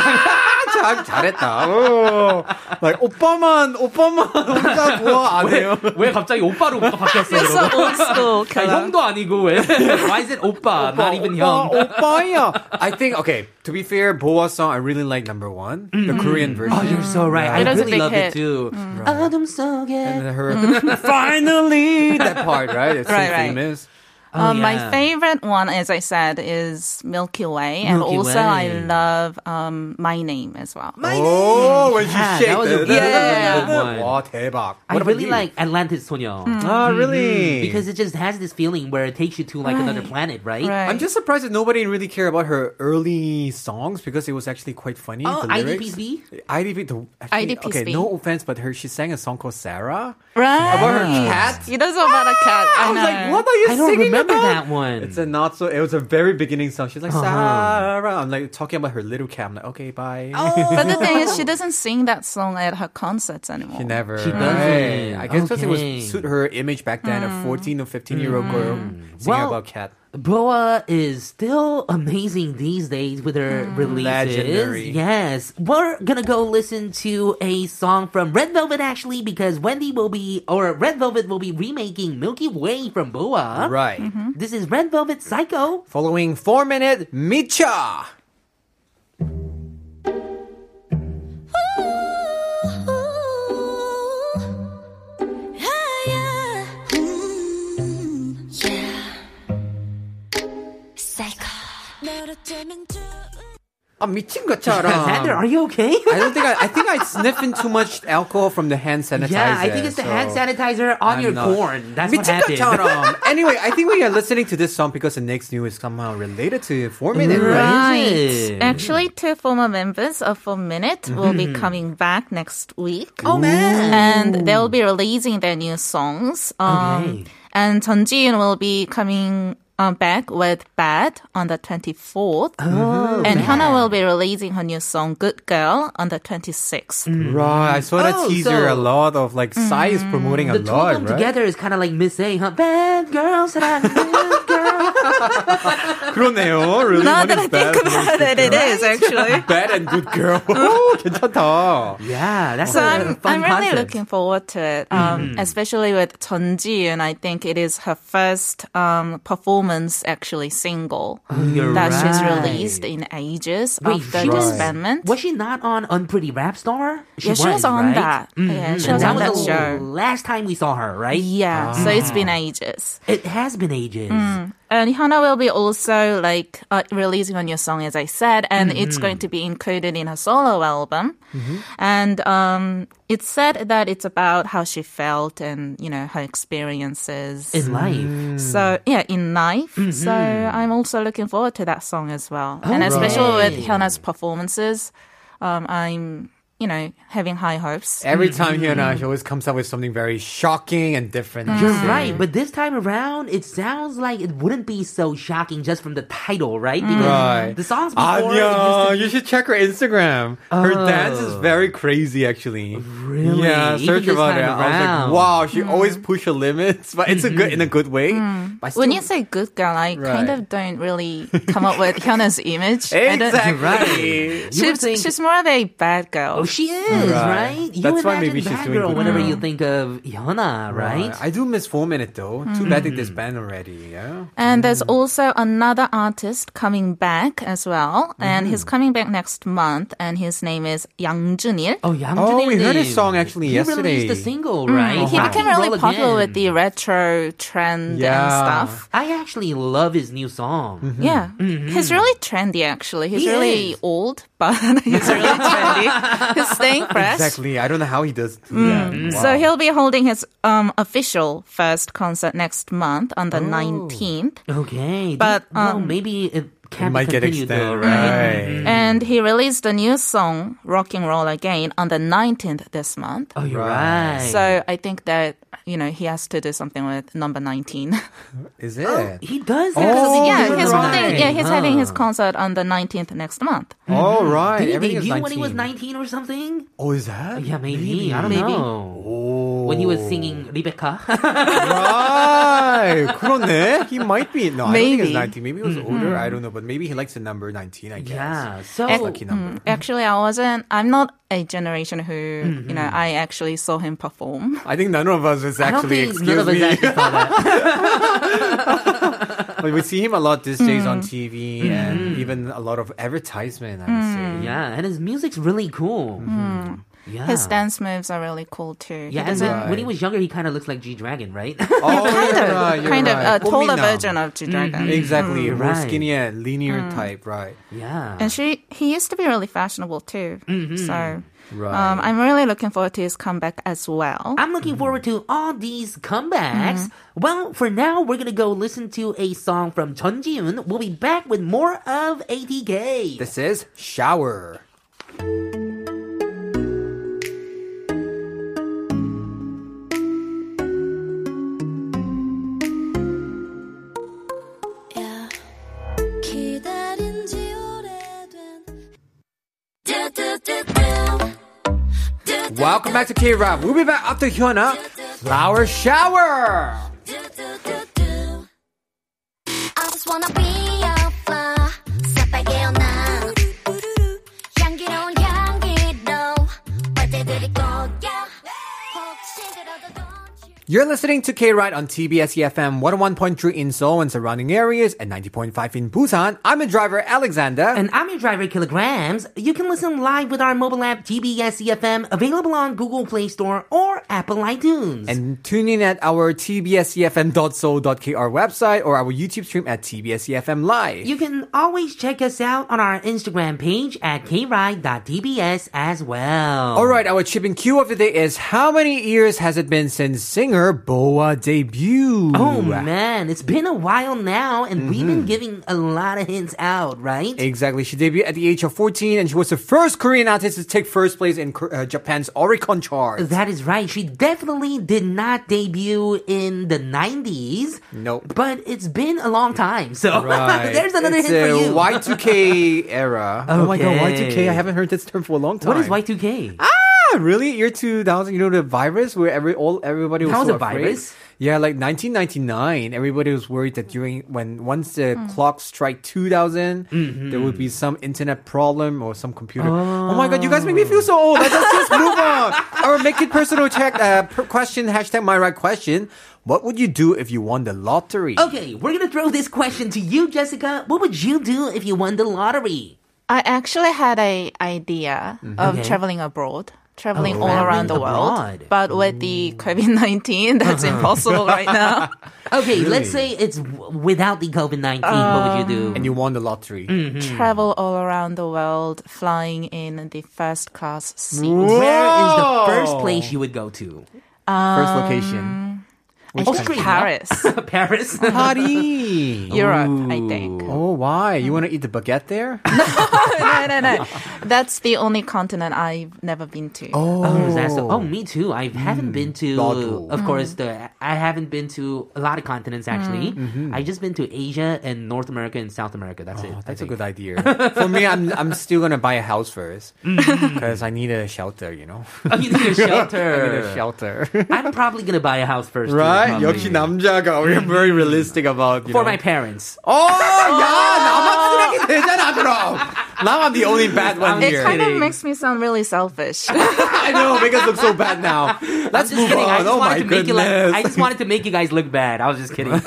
[SPEAKER 1] 참 잘했다. 오. Like, 오빠만 오빠만 혼자 좋아 안 해요.
[SPEAKER 4] 왜 갑자기 오빠로 바뀌었어요,
[SPEAKER 5] You're *laughs* so
[SPEAKER 4] 여러분?
[SPEAKER 2] *laughs*
[SPEAKER 5] old school.
[SPEAKER 4] 아,
[SPEAKER 5] Kara.
[SPEAKER 4] 형도 아니고 왜? Why is it 오빠,
[SPEAKER 5] *laughs*
[SPEAKER 4] not even 형?
[SPEAKER 1] 오빠, 오빠야. I think okay. To be fair, Boa song I really like number one, the Korean version.
[SPEAKER 2] Oh, you're so right.
[SPEAKER 5] It
[SPEAKER 2] I
[SPEAKER 5] was a
[SPEAKER 2] really
[SPEAKER 5] big
[SPEAKER 2] love it
[SPEAKER 5] hit. Mm.
[SPEAKER 2] too. uh, 어둠 속에.
[SPEAKER 1] and
[SPEAKER 2] *laughs*
[SPEAKER 1] her finally that part right. It's
[SPEAKER 5] Right,
[SPEAKER 1] so
[SPEAKER 5] right.
[SPEAKER 1] famous.
[SPEAKER 5] Um,
[SPEAKER 2] yeah.
[SPEAKER 5] My favorite one, as I said, is Milky Way, and
[SPEAKER 2] Milky
[SPEAKER 5] also I
[SPEAKER 2] Way.
[SPEAKER 5] love um, My Name as well.
[SPEAKER 1] Oh, when she
[SPEAKER 2] Yeah,
[SPEAKER 1] shake
[SPEAKER 2] that was a
[SPEAKER 1] the-
[SPEAKER 2] really
[SPEAKER 5] Yeah.
[SPEAKER 2] good one.
[SPEAKER 1] 와 대박.
[SPEAKER 2] I
[SPEAKER 1] What about
[SPEAKER 2] really
[SPEAKER 1] you?
[SPEAKER 2] like Mm. Atlantis Sonya.
[SPEAKER 5] Oh,
[SPEAKER 1] Ah, really?
[SPEAKER 2] Because it just has this feeling where it takes you to like another planet, right?
[SPEAKER 5] Right.
[SPEAKER 1] I'm just surprised that nobody really cared about her early songs because it was actually quite funny.
[SPEAKER 2] Oh,
[SPEAKER 1] the lyrics.
[SPEAKER 2] IDPB?
[SPEAKER 1] IDP. The, actually,
[SPEAKER 5] IDPB.
[SPEAKER 1] Okay, no offense, but her she sang a song called Sarah.
[SPEAKER 5] Right.
[SPEAKER 1] About her cat.
[SPEAKER 5] It does about a cat. I,
[SPEAKER 1] I was
[SPEAKER 5] know.
[SPEAKER 1] like, what are you
[SPEAKER 2] I don't
[SPEAKER 1] singing
[SPEAKER 2] remember
[SPEAKER 1] about?
[SPEAKER 2] that one. Uh-huh.
[SPEAKER 1] It's a not so. It was a very beginning song. She's like Sarah. I'm like talking about her little cat. I'm like, okay, bye.
[SPEAKER 2] Oh,
[SPEAKER 1] *laughs*
[SPEAKER 5] But the thing is, she doesn't sing that song at her concerts anymore.
[SPEAKER 1] She never.
[SPEAKER 2] She doesn't.
[SPEAKER 1] Right. I guess because it
[SPEAKER 2] Okay. Hmm.
[SPEAKER 1] was suit her image back then, a 14 or 15 year old girl singing
[SPEAKER 2] Well,
[SPEAKER 1] about cat.
[SPEAKER 2] Boa is still amazing these days with her releases.
[SPEAKER 1] Legendary.
[SPEAKER 2] Yes. We're gonna go listen to a song from Red Velvet actually because Wendy will be or Red Velvet will be remaking Milky Way from Boa.
[SPEAKER 1] Right.
[SPEAKER 2] This is Red Velvet Psycho.
[SPEAKER 1] Following four minute Micha.
[SPEAKER 3] Oh, Oh, Mm.
[SPEAKER 1] 아 미친
[SPEAKER 2] *laughs* Xander,
[SPEAKER 1] 것처럼.
[SPEAKER 2] are you okay?
[SPEAKER 5] *laughs*
[SPEAKER 1] I don't think I. I think I sniffed in too much alcohol from the hand sanitizer.
[SPEAKER 2] yeah, I think it's the
[SPEAKER 1] so-
[SPEAKER 2] hand sanitizer on
[SPEAKER 1] I'm
[SPEAKER 2] your
[SPEAKER 1] not-
[SPEAKER 2] corn. That's what
[SPEAKER 1] 미친
[SPEAKER 2] happened. *laughs*
[SPEAKER 1] 것처럼. anyway, I think we are listening to this song because the next news is somehow related to four minute, right?
[SPEAKER 5] Right.
[SPEAKER 2] Amazing.
[SPEAKER 5] Actually, two former members of Four Minute will be coming back next week. Oh
[SPEAKER 2] man.
[SPEAKER 5] And they'll be releasing their new songs. Um,
[SPEAKER 2] Okay.
[SPEAKER 5] And Jeon Ji-yoon will be coming um, back with Bad on the 24th. and Hannah will be releasing her new song Good Girl on the 26th.
[SPEAKER 1] Mm, Right. I saw that
[SPEAKER 2] Mm. Oh,
[SPEAKER 1] teaser.
[SPEAKER 2] so- Mm.
[SPEAKER 1] a lot of like Psy is promoting a
[SPEAKER 2] The two of
[SPEAKER 1] lot,
[SPEAKER 2] them
[SPEAKER 1] right?
[SPEAKER 2] together is kind of like Miss A, huh? Bad girls,
[SPEAKER 5] *laughs*
[SPEAKER 2] bad girl.
[SPEAKER 1] 그러네요. Really,
[SPEAKER 5] Now
[SPEAKER 1] one
[SPEAKER 5] that
[SPEAKER 1] is
[SPEAKER 5] I think
[SPEAKER 1] bad, one is
[SPEAKER 5] about it, it is actually.
[SPEAKER 1] Bad and good
[SPEAKER 2] *laughs*
[SPEAKER 1] girl. 오, *laughs* 괜찮다.
[SPEAKER 2] Yeah, that's
[SPEAKER 5] So
[SPEAKER 2] a
[SPEAKER 5] I'm,
[SPEAKER 2] fun Mm-hmm.
[SPEAKER 5] I'm really
[SPEAKER 2] concept.
[SPEAKER 5] looking forward to it, um, especially with Jeon Ji-yoon. I think it is her first um, performance, actually single
[SPEAKER 2] You're
[SPEAKER 5] that she's
[SPEAKER 2] Oh, right.
[SPEAKER 5] released in ages
[SPEAKER 2] Wait,
[SPEAKER 5] after
[SPEAKER 2] she was-
[SPEAKER 5] disbandment.
[SPEAKER 2] Was she not on Unpretty Rap Star?
[SPEAKER 5] yeah, she was on
[SPEAKER 2] right? Mm-hmm.
[SPEAKER 5] that. Yeah, she
[SPEAKER 2] And
[SPEAKER 5] was
[SPEAKER 2] that
[SPEAKER 5] on that
[SPEAKER 2] was Ah. the
[SPEAKER 5] show.
[SPEAKER 2] Last time we saw her, right?
[SPEAKER 5] Yeah, so it's been ages.
[SPEAKER 2] It has been ages.
[SPEAKER 5] And Hana will be also like uh, releasing a new song, as I said,
[SPEAKER 2] Mm-hmm.
[SPEAKER 5] and it's going to be included in her solo album. And um, it's said that it's about how she felt and you know her experiences.
[SPEAKER 2] In life.
[SPEAKER 1] Mm.
[SPEAKER 5] so yeah, in life.
[SPEAKER 2] Mm-hmm.
[SPEAKER 5] So I'm also looking forward to that song as well, and especially with Hana's performances. Um, I'm you know having high hopes.
[SPEAKER 1] Every time Hyuna,
[SPEAKER 2] Mm-hmm.
[SPEAKER 1] she always comes up with something very shocking and different.
[SPEAKER 2] You're
[SPEAKER 5] Mm.
[SPEAKER 2] right, but this time around, it sounds like it wouldn't be so shocking just from the title,
[SPEAKER 5] Mm.
[SPEAKER 2] right? Because
[SPEAKER 1] Right.
[SPEAKER 2] The songs before
[SPEAKER 1] Anya,
[SPEAKER 2] it
[SPEAKER 1] you
[SPEAKER 2] used to
[SPEAKER 1] should check her Instagram. Her
[SPEAKER 2] Oh.
[SPEAKER 1] dance is very crazy, actually.
[SPEAKER 2] Really?
[SPEAKER 1] Yeah,
[SPEAKER 2] Even
[SPEAKER 1] search
[SPEAKER 2] this
[SPEAKER 1] about it.
[SPEAKER 2] time
[SPEAKER 1] I was
[SPEAKER 2] around. Mm.
[SPEAKER 1] like, wow, she always push her limits, *laughs* but it's a good in a good way. But I still-
[SPEAKER 5] When you say good girl, I
[SPEAKER 1] Right.
[SPEAKER 5] kind of don't really
[SPEAKER 2] *laughs*
[SPEAKER 5] come up with Hana's image. I don't-
[SPEAKER 1] exactly,
[SPEAKER 2] You were
[SPEAKER 5] She's,
[SPEAKER 2] saying-
[SPEAKER 5] she's more of a bad girl.
[SPEAKER 2] Oh, she is,
[SPEAKER 1] Right.
[SPEAKER 2] right? You
[SPEAKER 1] That's why
[SPEAKER 2] imagine
[SPEAKER 1] maybe she's
[SPEAKER 2] that
[SPEAKER 1] doing
[SPEAKER 2] girl
[SPEAKER 1] good
[SPEAKER 2] whenever
[SPEAKER 1] now.
[SPEAKER 2] you think of Hyuna, right? Mm.
[SPEAKER 1] I do miss four minute though. Too bad they disband already. Yeah.
[SPEAKER 5] And there's also another artist coming back as well. And he's coming back next month. And his name is Yang Junil.
[SPEAKER 2] Oh, Yang
[SPEAKER 1] Oh, we heard his
[SPEAKER 2] Junilin.
[SPEAKER 1] song actually
[SPEAKER 2] he
[SPEAKER 1] yesterday.
[SPEAKER 2] released a single, right?
[SPEAKER 5] Mm. He
[SPEAKER 2] Rock
[SPEAKER 5] became
[SPEAKER 2] and
[SPEAKER 5] really
[SPEAKER 2] Roll
[SPEAKER 5] popular
[SPEAKER 2] Again.
[SPEAKER 5] with the retro trend and
[SPEAKER 1] Yeah.
[SPEAKER 5] stuff.
[SPEAKER 2] I actually love his new song.
[SPEAKER 5] Yeah. He's really trendy, actually. He's
[SPEAKER 2] He is.
[SPEAKER 5] really old, *laughs* but he's really trendy. he's staying fresh.
[SPEAKER 1] Exactly. I don't know how he does do
[SPEAKER 2] Mm.
[SPEAKER 1] that. Wow.
[SPEAKER 5] So he'll be holding his um, official first concert next month on the 19th.
[SPEAKER 2] Okay,
[SPEAKER 5] But,
[SPEAKER 2] the- well,
[SPEAKER 5] um,
[SPEAKER 2] maybe it
[SPEAKER 1] it Mm-hmm.
[SPEAKER 2] can
[SPEAKER 1] might
[SPEAKER 2] be
[SPEAKER 1] get
[SPEAKER 2] continued,
[SPEAKER 1] extended,
[SPEAKER 2] though,
[SPEAKER 5] *laughs*
[SPEAKER 2] right?
[SPEAKER 1] right?
[SPEAKER 5] And he released a new song, Rock and Roll Again, on the 19th this month.
[SPEAKER 2] Oh, you're right.
[SPEAKER 5] So I think that, you know, he has to do something with number 19.
[SPEAKER 2] Mm-hmm.
[SPEAKER 1] Is it?
[SPEAKER 2] he does.
[SPEAKER 1] Oh,
[SPEAKER 5] *laughs* yeah,
[SPEAKER 1] you're
[SPEAKER 5] he's
[SPEAKER 1] right.
[SPEAKER 5] holding, yeah, he's having his
[SPEAKER 2] Huh.
[SPEAKER 5] concert on the 19th next month.
[SPEAKER 1] All right.
[SPEAKER 2] Did he
[SPEAKER 1] Everything is
[SPEAKER 2] debut
[SPEAKER 1] 19.
[SPEAKER 2] when he was 19 or something?
[SPEAKER 1] Oh, is that?
[SPEAKER 2] Yeah, maybe. I don't know.
[SPEAKER 1] Oh.
[SPEAKER 2] When he was singing Rebecca. *laughs*
[SPEAKER 1] Right. 그러네. He might be. No, I don't think
[SPEAKER 5] Maybe.
[SPEAKER 1] he's 19. Maybe he was older. I don't know. But maybe he likes the number 19, I guess.
[SPEAKER 2] yeah. So
[SPEAKER 1] It's a lucky number.
[SPEAKER 5] Actually, I wasn't, I'm not a generation who, you know,
[SPEAKER 1] Mm-hmm.
[SPEAKER 5] I actually saw him perform.
[SPEAKER 1] I think none of us is
[SPEAKER 2] I don't
[SPEAKER 1] actually,
[SPEAKER 2] think
[SPEAKER 1] excuse
[SPEAKER 2] none of us
[SPEAKER 1] me.
[SPEAKER 2] actually saw that.
[SPEAKER 1] But *laughs* we see him a lot these days
[SPEAKER 5] Mm.
[SPEAKER 1] on TV
[SPEAKER 5] Mm-hmm.
[SPEAKER 1] and even a lot of advertisement, I would
[SPEAKER 5] Mm.
[SPEAKER 1] say.
[SPEAKER 2] *laughs* yeah, and his music's really cool. Mm-hmm. Yeah.
[SPEAKER 5] His
[SPEAKER 1] Ah.
[SPEAKER 5] dance moves are really cool too.
[SPEAKER 2] Yeah, and
[SPEAKER 5] he doesn't,
[SPEAKER 2] when, when he was younger, he kind of looks like G Dragon, right? *laughs*
[SPEAKER 1] Oh,
[SPEAKER 5] kind
[SPEAKER 1] you're
[SPEAKER 5] of,
[SPEAKER 1] right, you're
[SPEAKER 5] kind of uh,
[SPEAKER 1] right.
[SPEAKER 5] a taller
[SPEAKER 1] Omina.
[SPEAKER 5] version of Mm. G Dragon.
[SPEAKER 1] Exactly. More
[SPEAKER 2] Right.
[SPEAKER 1] skinny and linear
[SPEAKER 5] Mm.
[SPEAKER 1] type, right.
[SPEAKER 2] yeah.
[SPEAKER 5] And she, he used to be really fashionable too. So,
[SPEAKER 1] Mm-hmm. Right.
[SPEAKER 5] um, I'm really looking forward to his comeback as well.
[SPEAKER 2] I'm looking forward to all these comebacks. Well, for now, we're gonna go listen to a song from Chun Ji-Yoon. We'll be back with more of ATK.
[SPEAKER 1] This is Shower.
[SPEAKER 3] 기다린 지 오래된 뚜뚜뚜뚜
[SPEAKER 1] Welcome back to K Rob. We'll be back after Hyuna Flower Shower.
[SPEAKER 3] 뚜뚜뚜뚜 I just wanna be a flower 새빨개요 난 향기로운 향기로 빨대들이 꽃야 혹시 그러다 don't you
[SPEAKER 1] You're listening to K Ride on TBS EFM 101.3 in Seoul and surrounding areas and 90.5 in Busan. I'm a driver, Alexander.
[SPEAKER 2] And I'm your driver, Kilograms. You can listen live with our mobile app, TBS EFM, E available on Google Play Store or Apple iTunes.
[SPEAKER 1] and tune in at our E tbsefm.so.kr website or our YouTube stream at tbsefm E live.
[SPEAKER 2] you can always check us out on our Instagram page at kride.tbs as well.
[SPEAKER 1] All right, our chip and cue of the day is how many years has it been since singer Boa debuted?
[SPEAKER 2] Oh man, it's been a while now, and we've
[SPEAKER 1] Mm-hmm.
[SPEAKER 2] been giving a lot of hints out, right?
[SPEAKER 1] Exactly. She debuted at the age of 14 and she was the first Korean artist to take first place in Kor- uh, Japan's Oricon chart.
[SPEAKER 2] That is right. She definitely did not debut in the 90s.
[SPEAKER 1] Nope.
[SPEAKER 2] But it's been a long time. So
[SPEAKER 1] *laughs*
[SPEAKER 2] *laughs*
[SPEAKER 1] Right.
[SPEAKER 2] there's another
[SPEAKER 1] it's
[SPEAKER 2] hint for
[SPEAKER 1] a *laughs*
[SPEAKER 2] you.
[SPEAKER 1] Y2K era. Oh my god, Y2K. I haven't heard this term for a long time.
[SPEAKER 2] *laughs* what is Y2K?
[SPEAKER 1] Ah, really? Year 2000, you know the virus where every all everybody was
[SPEAKER 2] That was
[SPEAKER 1] so
[SPEAKER 2] a
[SPEAKER 1] afraid?
[SPEAKER 2] virus?
[SPEAKER 1] Yeah, like 1999, everybody was worried that during when once the
[SPEAKER 2] Hmm.
[SPEAKER 1] clock strike 2000,
[SPEAKER 2] Mm-hmm.
[SPEAKER 1] there would be some internet problem or some computer. Oh, my god, you guys make me feel so old. Let's just just
[SPEAKER 2] *laughs*
[SPEAKER 1] move on. Or make it personal check uh, per- question hashtag my right question. What would you do if you won the lottery?
[SPEAKER 2] Okay, we're gonna throw this question to you, Jessica. What would you do if you won the lottery?
[SPEAKER 5] I actually had a idea of
[SPEAKER 2] Mm-hmm. Okay.
[SPEAKER 5] traveling abroad, traveling
[SPEAKER 2] Oh,
[SPEAKER 5] all around the
[SPEAKER 2] traveling abroad. Uh-huh.
[SPEAKER 5] world. But with the COVID 19, *laughs* that's impossible right
[SPEAKER 2] *laughs*
[SPEAKER 5] now.
[SPEAKER 2] Okay, let's say it's w- without the COVID 19. what would you do?
[SPEAKER 1] Um, And you won the lottery.
[SPEAKER 2] Mm-hmm.
[SPEAKER 5] Travel all around the world, flying in the first class seat.
[SPEAKER 2] Where is the
[SPEAKER 1] Whoa!
[SPEAKER 2] first place you would go to? *laughs*
[SPEAKER 1] First location.
[SPEAKER 5] I think
[SPEAKER 2] Australia?
[SPEAKER 5] Paris,
[SPEAKER 2] Paris. *laughs*
[SPEAKER 1] *laughs* Party.
[SPEAKER 5] Europe, I think. *laughs*
[SPEAKER 1] Oh, why? You want to eat the baguette there?
[SPEAKER 5] no, no, no. That's the only continent I've never been to.
[SPEAKER 2] Oh, that's oh, me too. I
[SPEAKER 1] Hmm.
[SPEAKER 2] haven't been to,
[SPEAKER 1] Bottle.
[SPEAKER 2] of course, the I haven't been to a lot of continents actually. I've just been to Asia and North America and South America. That's it.
[SPEAKER 1] Mm-hmm. Oh, That's a good idea. For me, I'm I'm still gonna buy a house first because I need a shelter. You know,
[SPEAKER 2] *laughs* I need a
[SPEAKER 1] I need *laughs* a
[SPEAKER 2] shelter.
[SPEAKER 1] shelter.
[SPEAKER 2] I'm probably gonna buy a house first, too,
[SPEAKER 1] right?
[SPEAKER 2] probably.
[SPEAKER 1] 역시 남자가 we're very realistic about you Oh,
[SPEAKER 2] for
[SPEAKER 1] know.
[SPEAKER 2] my parents.
[SPEAKER 1] Oh, 야, 나만 쓰레기 되잖아 그럼. now I'm the only bad one
[SPEAKER 5] It
[SPEAKER 1] here.
[SPEAKER 5] kind of makes me sound really selfish.
[SPEAKER 2] *laughs*
[SPEAKER 1] I know, make us look so bad now. Let's
[SPEAKER 2] I'm just
[SPEAKER 1] move
[SPEAKER 2] kidding.
[SPEAKER 1] on.
[SPEAKER 2] I just
[SPEAKER 1] Oh
[SPEAKER 2] wanted
[SPEAKER 1] my
[SPEAKER 2] to make you like, I
[SPEAKER 1] goodness.
[SPEAKER 2] just wanted to make you guys look bad. I was just
[SPEAKER 1] *laughs*
[SPEAKER 2] kidding.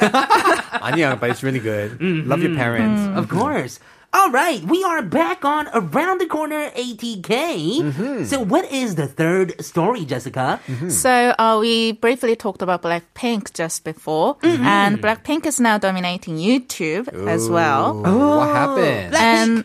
[SPEAKER 1] 아니야, but it's really good. Love your parents.
[SPEAKER 2] Of course. All right, we are back on Around the Corner ATK.
[SPEAKER 1] Mm-hmm.
[SPEAKER 2] So, what is the third story, Jessica?
[SPEAKER 5] So uh, we briefly talked about Blackpink just before,
[SPEAKER 2] Mm-hmm.
[SPEAKER 5] and Blackpink is now dominating YouTube as well.
[SPEAKER 1] What happened?
[SPEAKER 5] and Um,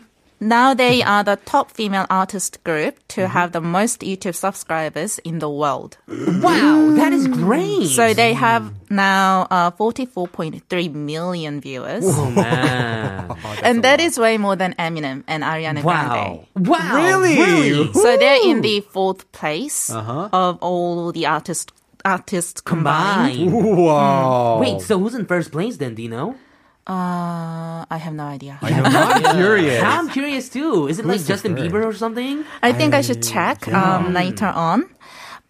[SPEAKER 5] now they are the top female artist group to have the most YouTube subscribers in the world.
[SPEAKER 2] Wow, that
[SPEAKER 1] Mm.
[SPEAKER 2] is great.
[SPEAKER 5] So they have now uh, 44.3 million viewers.
[SPEAKER 2] Oh,
[SPEAKER 1] *laughs*
[SPEAKER 5] and that is way more than Eminem and Ariana Grande.
[SPEAKER 2] wow, wow,
[SPEAKER 1] Really?
[SPEAKER 5] So they're in the fourth place of all the artist artists combined.
[SPEAKER 2] Combined.
[SPEAKER 1] Wow.
[SPEAKER 2] Wait, so who's in first place then? Do you know?
[SPEAKER 5] Uh, I have no idea. I,
[SPEAKER 1] I'm *laughs* not curious.
[SPEAKER 2] Now I'm curious too. Is it like Justin Bieber or something?
[SPEAKER 5] think I should check
[SPEAKER 1] Mm.
[SPEAKER 5] um, later on.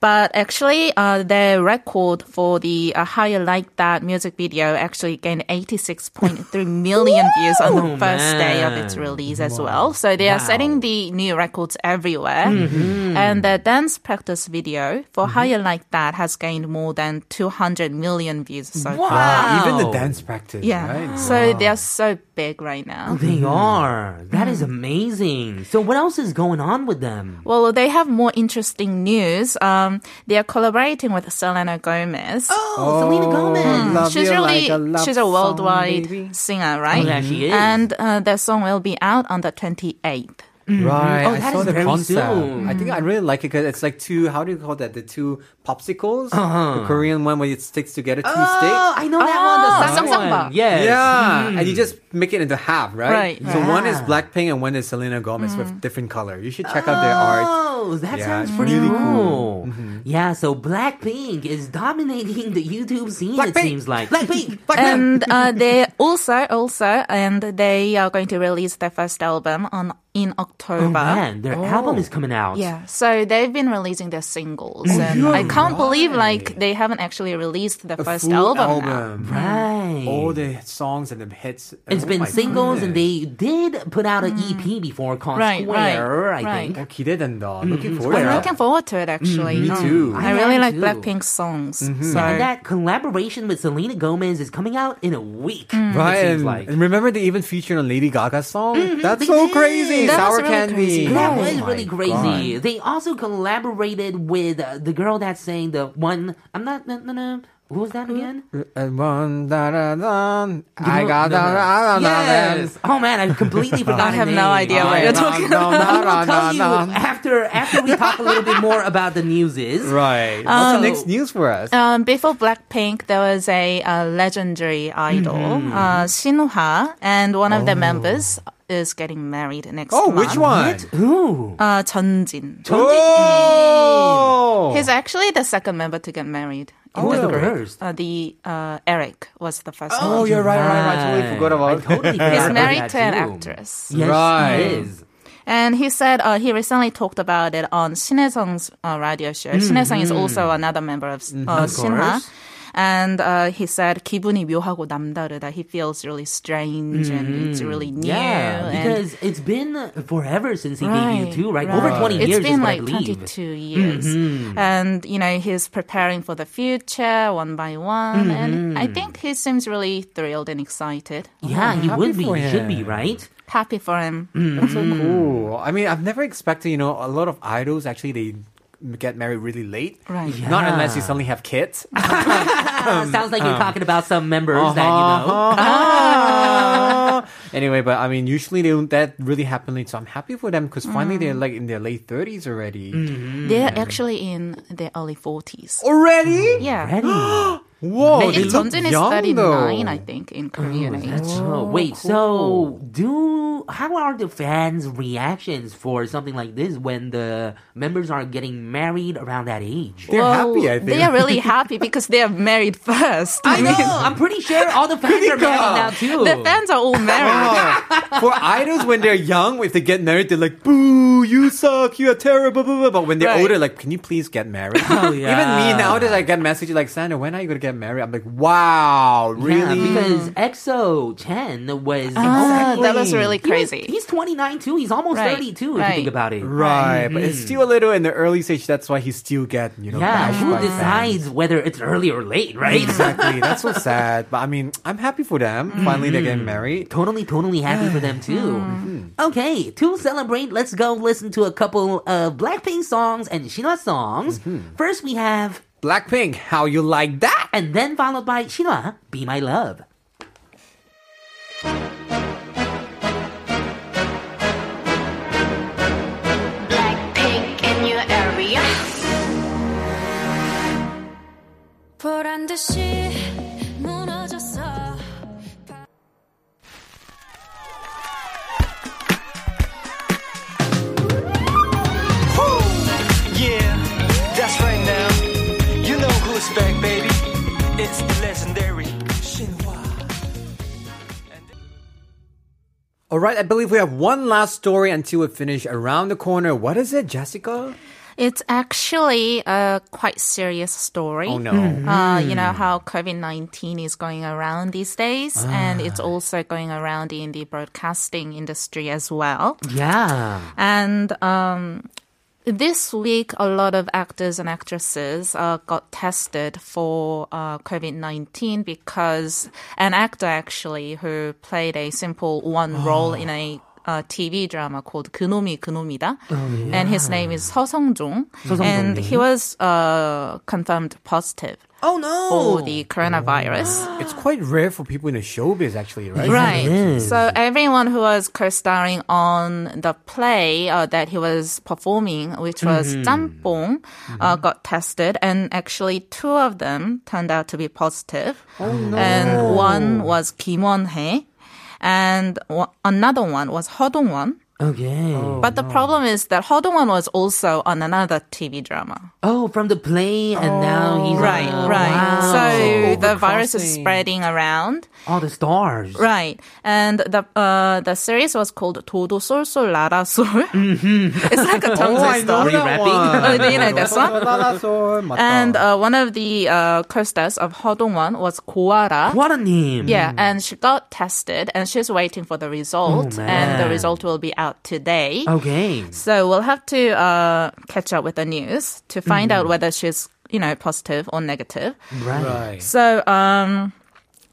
[SPEAKER 5] But actually, uh, their record for the uh, "How You Like That" music video actually gained
[SPEAKER 1] *laughs*
[SPEAKER 5] 86.3 million views on the first day of its release as well. So they are setting the new records everywhere.
[SPEAKER 1] Mm-hmm.
[SPEAKER 5] And their dance practice video for "How You Like That" has gained more than 200 million views so far.
[SPEAKER 1] Wow, Uh, Even the
[SPEAKER 2] Wow.
[SPEAKER 1] dance practice,
[SPEAKER 5] Yeah.
[SPEAKER 1] right?
[SPEAKER 5] So they are so big right now.
[SPEAKER 2] They
[SPEAKER 1] Mm-hmm.
[SPEAKER 2] are. That is
[SPEAKER 1] Mm.
[SPEAKER 2] amazing. So, what else is going on with them?
[SPEAKER 5] Well, they have more interesting news. Um, they are collaborating with Selena Gomez. Hmm.
[SPEAKER 2] Oh, Selena Gomez.
[SPEAKER 1] love
[SPEAKER 5] she's
[SPEAKER 1] you
[SPEAKER 5] really
[SPEAKER 1] like a love
[SPEAKER 5] she's a
[SPEAKER 1] song,
[SPEAKER 5] worldwide
[SPEAKER 1] baby.
[SPEAKER 5] singer, right?
[SPEAKER 2] Yeah, she is.
[SPEAKER 5] And uh, their song will be out on the twenty
[SPEAKER 1] *laughs*
[SPEAKER 5] eighth.
[SPEAKER 1] Right.
[SPEAKER 2] Oh,
[SPEAKER 1] I
[SPEAKER 2] that
[SPEAKER 1] saw
[SPEAKER 2] is
[SPEAKER 1] the
[SPEAKER 2] very
[SPEAKER 1] concept.
[SPEAKER 2] soon.
[SPEAKER 1] I think I really like it because it's like two. How do you call that? The two popsicles.
[SPEAKER 2] Uh-huh.
[SPEAKER 1] The Korean one where it sticks together, two
[SPEAKER 2] Oh,
[SPEAKER 1] sticks.
[SPEAKER 2] I know that one. The
[SPEAKER 5] Oh,
[SPEAKER 2] song
[SPEAKER 5] Samsamba.
[SPEAKER 2] one. Yes.
[SPEAKER 1] Ah.
[SPEAKER 2] Mm-hmm.
[SPEAKER 1] Yeah, and you just make it into half, right?
[SPEAKER 5] Right.
[SPEAKER 1] So one is Blackpink and one is Selena Gomez with different color. You should check out their art.
[SPEAKER 2] Mm. Oh, that
[SPEAKER 1] Yeah,
[SPEAKER 2] sounds
[SPEAKER 1] it's
[SPEAKER 2] pretty
[SPEAKER 1] really Mm-hmm.
[SPEAKER 2] cool. Yeah, so Blackpink is dominating the YouTube scene. It
[SPEAKER 1] Blackpink!
[SPEAKER 2] seems like *laughs* Blackpink.
[SPEAKER 5] And uh, they also also and they are going to release their first album on in October.
[SPEAKER 2] oh man, their album is coming out.
[SPEAKER 5] Yeah, so they've been releasing their singles, and I can't believe like they haven't actually released the
[SPEAKER 1] A
[SPEAKER 5] first
[SPEAKER 1] full
[SPEAKER 5] album. now.
[SPEAKER 1] album.
[SPEAKER 2] Right.
[SPEAKER 1] All the songs and the hits.
[SPEAKER 2] it's
[SPEAKER 1] Oh
[SPEAKER 2] been
[SPEAKER 1] my
[SPEAKER 2] singles, and
[SPEAKER 1] goodness.
[SPEAKER 2] they did put out an EP before called
[SPEAKER 5] Mm. Right,
[SPEAKER 2] Square,
[SPEAKER 5] right,
[SPEAKER 2] I think.
[SPEAKER 1] Oh, 기대된다.
[SPEAKER 2] Mm-hmm.
[SPEAKER 1] Looking forward.
[SPEAKER 5] I'm
[SPEAKER 1] to
[SPEAKER 5] looking
[SPEAKER 1] that.
[SPEAKER 5] forward to it actually.
[SPEAKER 1] me
[SPEAKER 5] Um,
[SPEAKER 1] too.
[SPEAKER 5] I, Mm-hmm.
[SPEAKER 2] I
[SPEAKER 5] really
[SPEAKER 2] am
[SPEAKER 5] like
[SPEAKER 2] too.
[SPEAKER 5] Blackpink's songs. So
[SPEAKER 2] And that collaboration with Selena Gomez is coming out in a week.
[SPEAKER 5] Mm.
[SPEAKER 1] Right,
[SPEAKER 2] It seems
[SPEAKER 1] and,
[SPEAKER 2] like.
[SPEAKER 1] and remember they even featured on Lady Gaga's song. That's so crazy.
[SPEAKER 5] That
[SPEAKER 1] Sour
[SPEAKER 5] was really
[SPEAKER 1] candy.
[SPEAKER 5] crazy.
[SPEAKER 2] That
[SPEAKER 5] Oh
[SPEAKER 2] was
[SPEAKER 1] my
[SPEAKER 2] really crazy. They also collaborated with uh, the girl that sang the one. I'm not. No, no, no. Who was that again?
[SPEAKER 1] And one, da, da, da, I
[SPEAKER 2] No,
[SPEAKER 1] got
[SPEAKER 2] no,
[SPEAKER 1] da, da, da,
[SPEAKER 2] no.
[SPEAKER 1] da,
[SPEAKER 2] Yes. Oh man, I
[SPEAKER 1] *laughs*
[SPEAKER 2] completely forgot.
[SPEAKER 5] I
[SPEAKER 2] her
[SPEAKER 5] have
[SPEAKER 2] name.
[SPEAKER 5] no idea what
[SPEAKER 1] I
[SPEAKER 5] you're
[SPEAKER 1] know,
[SPEAKER 5] talking
[SPEAKER 1] no, no,
[SPEAKER 5] about.
[SPEAKER 2] I *laughs* will
[SPEAKER 1] no,
[SPEAKER 2] tell you
[SPEAKER 1] no, no.
[SPEAKER 2] after after we talk a little bit more about the news. Is
[SPEAKER 1] *laughs* Right. What's the next news for us?
[SPEAKER 5] Um, before Blackpink, there was a, uh legendary idol,
[SPEAKER 1] Mm-hmm.
[SPEAKER 5] uh, Shinhwa, and one of the members is getting married next
[SPEAKER 1] oh,
[SPEAKER 5] month.
[SPEAKER 1] which one?
[SPEAKER 2] who?
[SPEAKER 5] Uh, Chunjin.
[SPEAKER 1] Oh!
[SPEAKER 5] He's actually the second member to get married. in
[SPEAKER 2] Who
[SPEAKER 5] the
[SPEAKER 2] was the
[SPEAKER 5] group.
[SPEAKER 2] first?
[SPEAKER 5] Uh, the uh, Eric was the first
[SPEAKER 1] oh,
[SPEAKER 5] one.
[SPEAKER 1] you're right, right, right. I totally forgot about
[SPEAKER 2] I
[SPEAKER 1] *laughs*
[SPEAKER 2] totally forgot
[SPEAKER 5] He's
[SPEAKER 2] about
[SPEAKER 5] married
[SPEAKER 2] that
[SPEAKER 5] to an
[SPEAKER 2] too.
[SPEAKER 5] actress.
[SPEAKER 2] Yes,
[SPEAKER 1] Right.
[SPEAKER 2] he is.
[SPEAKER 5] And he said uh, he recently talked about it on Shinhae-sung's uh, radio show.
[SPEAKER 2] Mm-hmm.
[SPEAKER 5] Shinhae-sung is also another member of uh, Shinha. And uh, he said 기분이 묘하고 남다르다. He feels really strange and it's really new.
[SPEAKER 2] Mm-hmm. Yeah,
[SPEAKER 5] and,
[SPEAKER 2] because it's been forever since he
[SPEAKER 5] Right,
[SPEAKER 2] debuted too, right?
[SPEAKER 5] right.
[SPEAKER 2] Over 20 years
[SPEAKER 5] It's
[SPEAKER 2] is
[SPEAKER 5] been
[SPEAKER 2] what I
[SPEAKER 5] like
[SPEAKER 2] believe. Mm-hmm.
[SPEAKER 5] 22 years. And, you know, he's preparing for the future one by
[SPEAKER 2] Mm-hmm.
[SPEAKER 5] one. And I think he seems really thrilled and excited.
[SPEAKER 2] Yeah, he would be.
[SPEAKER 1] for
[SPEAKER 2] He should
[SPEAKER 1] him.
[SPEAKER 2] be, right?
[SPEAKER 5] Happy for him.
[SPEAKER 1] That's so cool. Hmm. I mean, I've never expected, you know, a lot of idols actually they get married really late.
[SPEAKER 5] Right.
[SPEAKER 1] Not unless you suddenly have kids. Um,
[SPEAKER 2] Sounds like you're talking about some members that you know.
[SPEAKER 1] uh-huh. Ah. *laughs* anyway, but I mean, usually they don't, that really happen late, so I'm happy for them because finally they're
[SPEAKER 5] Mm.
[SPEAKER 1] like in their late 30s already.
[SPEAKER 2] Mm-hmm.
[SPEAKER 5] They're actually in their early
[SPEAKER 2] Oh,
[SPEAKER 5] 40s.
[SPEAKER 1] Already? *gasps*
[SPEAKER 5] Yeah.
[SPEAKER 2] *gasps* Ready?
[SPEAKER 1] Whoa, they
[SPEAKER 5] It's
[SPEAKER 1] look
[SPEAKER 5] Jeonjin Mm-hmm. is
[SPEAKER 1] young
[SPEAKER 5] 39, I
[SPEAKER 1] though.
[SPEAKER 5] think, in Korean age.
[SPEAKER 2] Oh, wait, so do how are the fans' reactions for something like this when the members are getting married around that age?
[SPEAKER 1] They're happy, I think.
[SPEAKER 5] They are really happy because they are married first.
[SPEAKER 2] I know. I'm pretty sure all the fans are married now too.
[SPEAKER 5] *laughs* the fans
[SPEAKER 1] *laughs*
[SPEAKER 5] are all married.
[SPEAKER 1] *laughs* For idols, when they're young, if they get married, they're like, boo, you suck, you are terrible, blah, blah, blah. But when they're
[SPEAKER 5] Right.
[SPEAKER 1] older, like, can you please get married?
[SPEAKER 2] Oh,
[SPEAKER 1] *laughs*
[SPEAKER 2] yeah.
[SPEAKER 1] Even me, nowadays, I get messages like, Sandra, when are you going to get married? I'm like, wow,
[SPEAKER 2] Yeah,
[SPEAKER 1] really?
[SPEAKER 2] because EXO Chen was
[SPEAKER 5] Ah, that was really crazy.
[SPEAKER 2] He's 29 too. He's almost
[SPEAKER 5] Right,
[SPEAKER 2] 32 if you
[SPEAKER 5] right.
[SPEAKER 2] think about it.
[SPEAKER 1] Right, but
[SPEAKER 5] Mm-hmm.
[SPEAKER 1] it's still a little in the early stage. That's why he still get you know.
[SPEAKER 2] Yeah,
[SPEAKER 1] bashed
[SPEAKER 2] who
[SPEAKER 1] by fans.
[SPEAKER 2] decides whether it's early or late, right?
[SPEAKER 1] Exactly. That's so sad. But I mean, I'm happy for them.
[SPEAKER 5] Mm-hmm.
[SPEAKER 1] Finally, they're getting married.
[SPEAKER 2] Totally, totally happy for them too.
[SPEAKER 5] Mm-hmm.
[SPEAKER 2] Okay, to celebrate, let's go listen to a couple of Blackpink songs and Shinhwa songs.
[SPEAKER 5] Mm-hmm.
[SPEAKER 2] First, we have,
[SPEAKER 1] Blackpink, how you like that?
[SPEAKER 2] and then followed by Shinhwa, "Be My Love."
[SPEAKER 6] Blackpink in your area.
[SPEAKER 3] 보란 듯이 무너졌어
[SPEAKER 7] Yeah, that's right now. You know who's back, baby. It's the legendary Shinhwa.
[SPEAKER 1] All right, I believe we have one last story until we finish around the corner. What is it, Jessica?
[SPEAKER 5] It's actually a quite serious story.
[SPEAKER 1] Oh no.
[SPEAKER 5] Uh, you know how COVID 19 is going around these days, and
[SPEAKER 1] Ah.
[SPEAKER 5] it's also going around in the broadcasting industry as well.
[SPEAKER 2] Yeah.
[SPEAKER 5] And um, this week, a lot of actors and actresses uh, got tested for uh, COVID 19 because an actor actually who played a simple one role in a uh, TV drama called Kunomi Kunomida, and his name is Seo Song Jung, and he was uh, confirmed positive
[SPEAKER 2] Oh no!
[SPEAKER 5] for the coronavirus.
[SPEAKER 1] It's quite rare for people in the showbiz, actually, right?
[SPEAKER 5] Right. So everyone who was co-starring on the play uh, that he was performing, which was
[SPEAKER 2] Mm-hmm.
[SPEAKER 5] Jampong, uh, got tested, and actually two of them turned out to be positive,
[SPEAKER 2] Oh,
[SPEAKER 1] Oh,
[SPEAKER 5] and one was Kim Won Hee, and w- another one was Ho Dong Won.
[SPEAKER 2] Okay.
[SPEAKER 5] But the problem is that Ho Dong Won was also on another TV drama.
[SPEAKER 2] Oh, from the play, and now he's
[SPEAKER 5] Oh. Right,
[SPEAKER 2] on-
[SPEAKER 5] right.
[SPEAKER 2] Wow.
[SPEAKER 5] So the virus is
[SPEAKER 1] Overcrossing.
[SPEAKER 5] spreading around.
[SPEAKER 2] all the stars.
[SPEAKER 5] Right, and the uh, the series was called 도도 쏠쏠 라라 쏠. It's like a tongue
[SPEAKER 1] Oh, I
[SPEAKER 5] twister.
[SPEAKER 1] know that
[SPEAKER 2] Re-rapping?
[SPEAKER 1] one.
[SPEAKER 5] Oh, do *laughs* you know this one?
[SPEAKER 1] one?
[SPEAKER 5] *laughs* and uh, one of the uh, co-stars of Hodongwon was
[SPEAKER 2] *laughs*
[SPEAKER 5] Koara.
[SPEAKER 2] What a name!
[SPEAKER 5] Yeah, and she got tested, and she's waiting for the result,
[SPEAKER 2] Oh,
[SPEAKER 5] and the
[SPEAKER 2] man. Oh.
[SPEAKER 5] result will be out today.
[SPEAKER 2] Okay.
[SPEAKER 5] So we'll have to uh, catch up with the news to find out whether she's you know positive or negative.
[SPEAKER 2] Right.
[SPEAKER 5] So, um,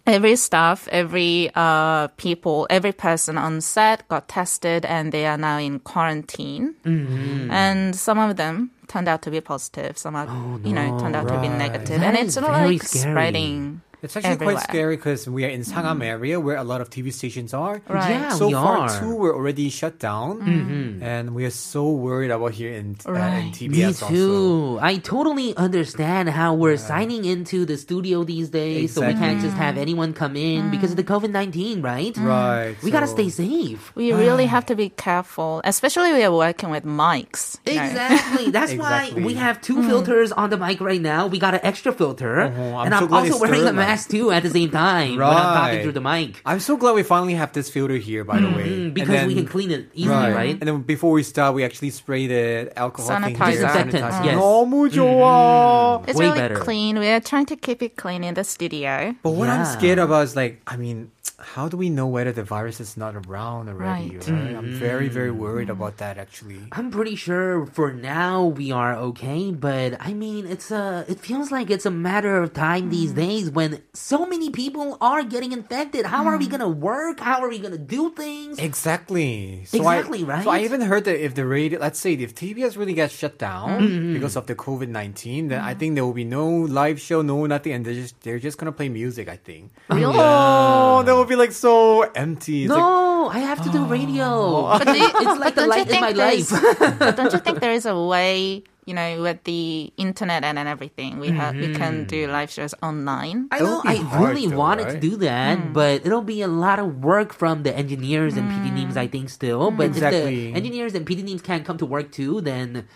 [SPEAKER 5] every staff, every uh, people, every person on set got tested, and they are now in quarantine.
[SPEAKER 2] Mm-hmm.
[SPEAKER 5] And some of them turned out to be positive. Some are, you know, turned out to be
[SPEAKER 1] right.
[SPEAKER 5] negative,
[SPEAKER 2] Oh, That
[SPEAKER 5] and
[SPEAKER 2] is
[SPEAKER 5] it's
[SPEAKER 2] very
[SPEAKER 5] like
[SPEAKER 2] scary.
[SPEAKER 5] spreading.
[SPEAKER 1] It's actually
[SPEAKER 5] everywhere.
[SPEAKER 1] quite scary because we are in Sangam area where a lot of TV stations are.
[SPEAKER 5] Right.
[SPEAKER 2] Yeah,
[SPEAKER 1] So
[SPEAKER 2] we
[SPEAKER 1] far,
[SPEAKER 2] are. Mm-hmm.
[SPEAKER 1] two were already shut down, and we are so worried about here in, uh, in
[SPEAKER 5] Right.
[SPEAKER 2] Me
[SPEAKER 1] TBS also.
[SPEAKER 2] too. I totally understand how we're signing into the studio these days, so we can't just have anyone come in because of the COVID 19, right?
[SPEAKER 1] Right.
[SPEAKER 2] We gotta
[SPEAKER 1] so-
[SPEAKER 2] stay safe.
[SPEAKER 5] We really
[SPEAKER 2] Ah.
[SPEAKER 5] have to be careful, especially we are working with mics. you know.
[SPEAKER 2] Exactly. That's
[SPEAKER 1] Exactly.
[SPEAKER 2] why we have two filters on the mic right now. We got an extra filter.
[SPEAKER 1] Uh-huh. I'm
[SPEAKER 2] and
[SPEAKER 1] so
[SPEAKER 2] I'm
[SPEAKER 1] glad
[SPEAKER 2] also
[SPEAKER 1] it's
[SPEAKER 2] wearing a
[SPEAKER 1] sterile.
[SPEAKER 2] mask too at the same time when I'm talking
[SPEAKER 1] Right.
[SPEAKER 2] through the mic.
[SPEAKER 1] I'm so glad we finally have this filter here, by the way. And
[SPEAKER 2] Mm-hmm, Because we
[SPEAKER 1] then-
[SPEAKER 2] can clean it easily, right?
[SPEAKER 1] And then before we start, we actually spray the alcohol thing here.
[SPEAKER 5] Sanitizer.
[SPEAKER 2] Disinfectant, yes. Mm-hmm.
[SPEAKER 1] 너무 좋아.
[SPEAKER 5] It's
[SPEAKER 2] Way
[SPEAKER 5] really
[SPEAKER 2] better.
[SPEAKER 5] clean. We are trying to keep it clean in the studio.
[SPEAKER 1] But what I'm
[SPEAKER 2] Yeah.
[SPEAKER 1] scared about is like, I mean, how do we know whether the virus is not around already?
[SPEAKER 5] Right.
[SPEAKER 1] Right. I'm very, very
[SPEAKER 2] Mm-hmm.
[SPEAKER 1] worried about that actually.
[SPEAKER 2] I'm pretty sure for now we are okay, but I mean it's a it feels like it's a matter of time these
[SPEAKER 1] Hmm.
[SPEAKER 2] days when so many people are getting infected. How are we
[SPEAKER 1] Hmm.
[SPEAKER 2] gonna work? How are we gonna do things?
[SPEAKER 1] Exactly.
[SPEAKER 2] Exactly,
[SPEAKER 1] I,
[SPEAKER 2] right?
[SPEAKER 1] So I even heard that if the radio, let's say if TBS really gets shut down
[SPEAKER 2] Mm-hmm,
[SPEAKER 1] because of the COVID nineteen, then I think there will be no live show, no nothing, and they're just they're just gonna play music. I think.
[SPEAKER 5] Really?
[SPEAKER 1] Oh, that would be like so empty. It's like, Oh.
[SPEAKER 2] Oh. no, I have to do
[SPEAKER 1] *laughs*
[SPEAKER 2] radio.
[SPEAKER 5] But do you-
[SPEAKER 2] it's *laughs* like
[SPEAKER 5] but
[SPEAKER 2] the
[SPEAKER 5] don't you
[SPEAKER 2] light in
[SPEAKER 5] think
[SPEAKER 2] my life.
[SPEAKER 5] there's- *laughs* but don't you think there is a way, you know, with the internet and, and everything, we have we can
[SPEAKER 2] Mm-hmm.
[SPEAKER 5] do live shows
[SPEAKER 2] *laughs*
[SPEAKER 5] online?
[SPEAKER 2] I
[SPEAKER 1] That
[SPEAKER 2] know
[SPEAKER 1] would be
[SPEAKER 2] I
[SPEAKER 1] hard
[SPEAKER 2] really
[SPEAKER 1] though,
[SPEAKER 2] wanted
[SPEAKER 1] right? Hmm.
[SPEAKER 2] to do that, but it'll be a lot of work from the engineers and PD names, I think, still. But
[SPEAKER 1] Hmm. Exactly.
[SPEAKER 2] if the engineers and PD names can't come to work too, then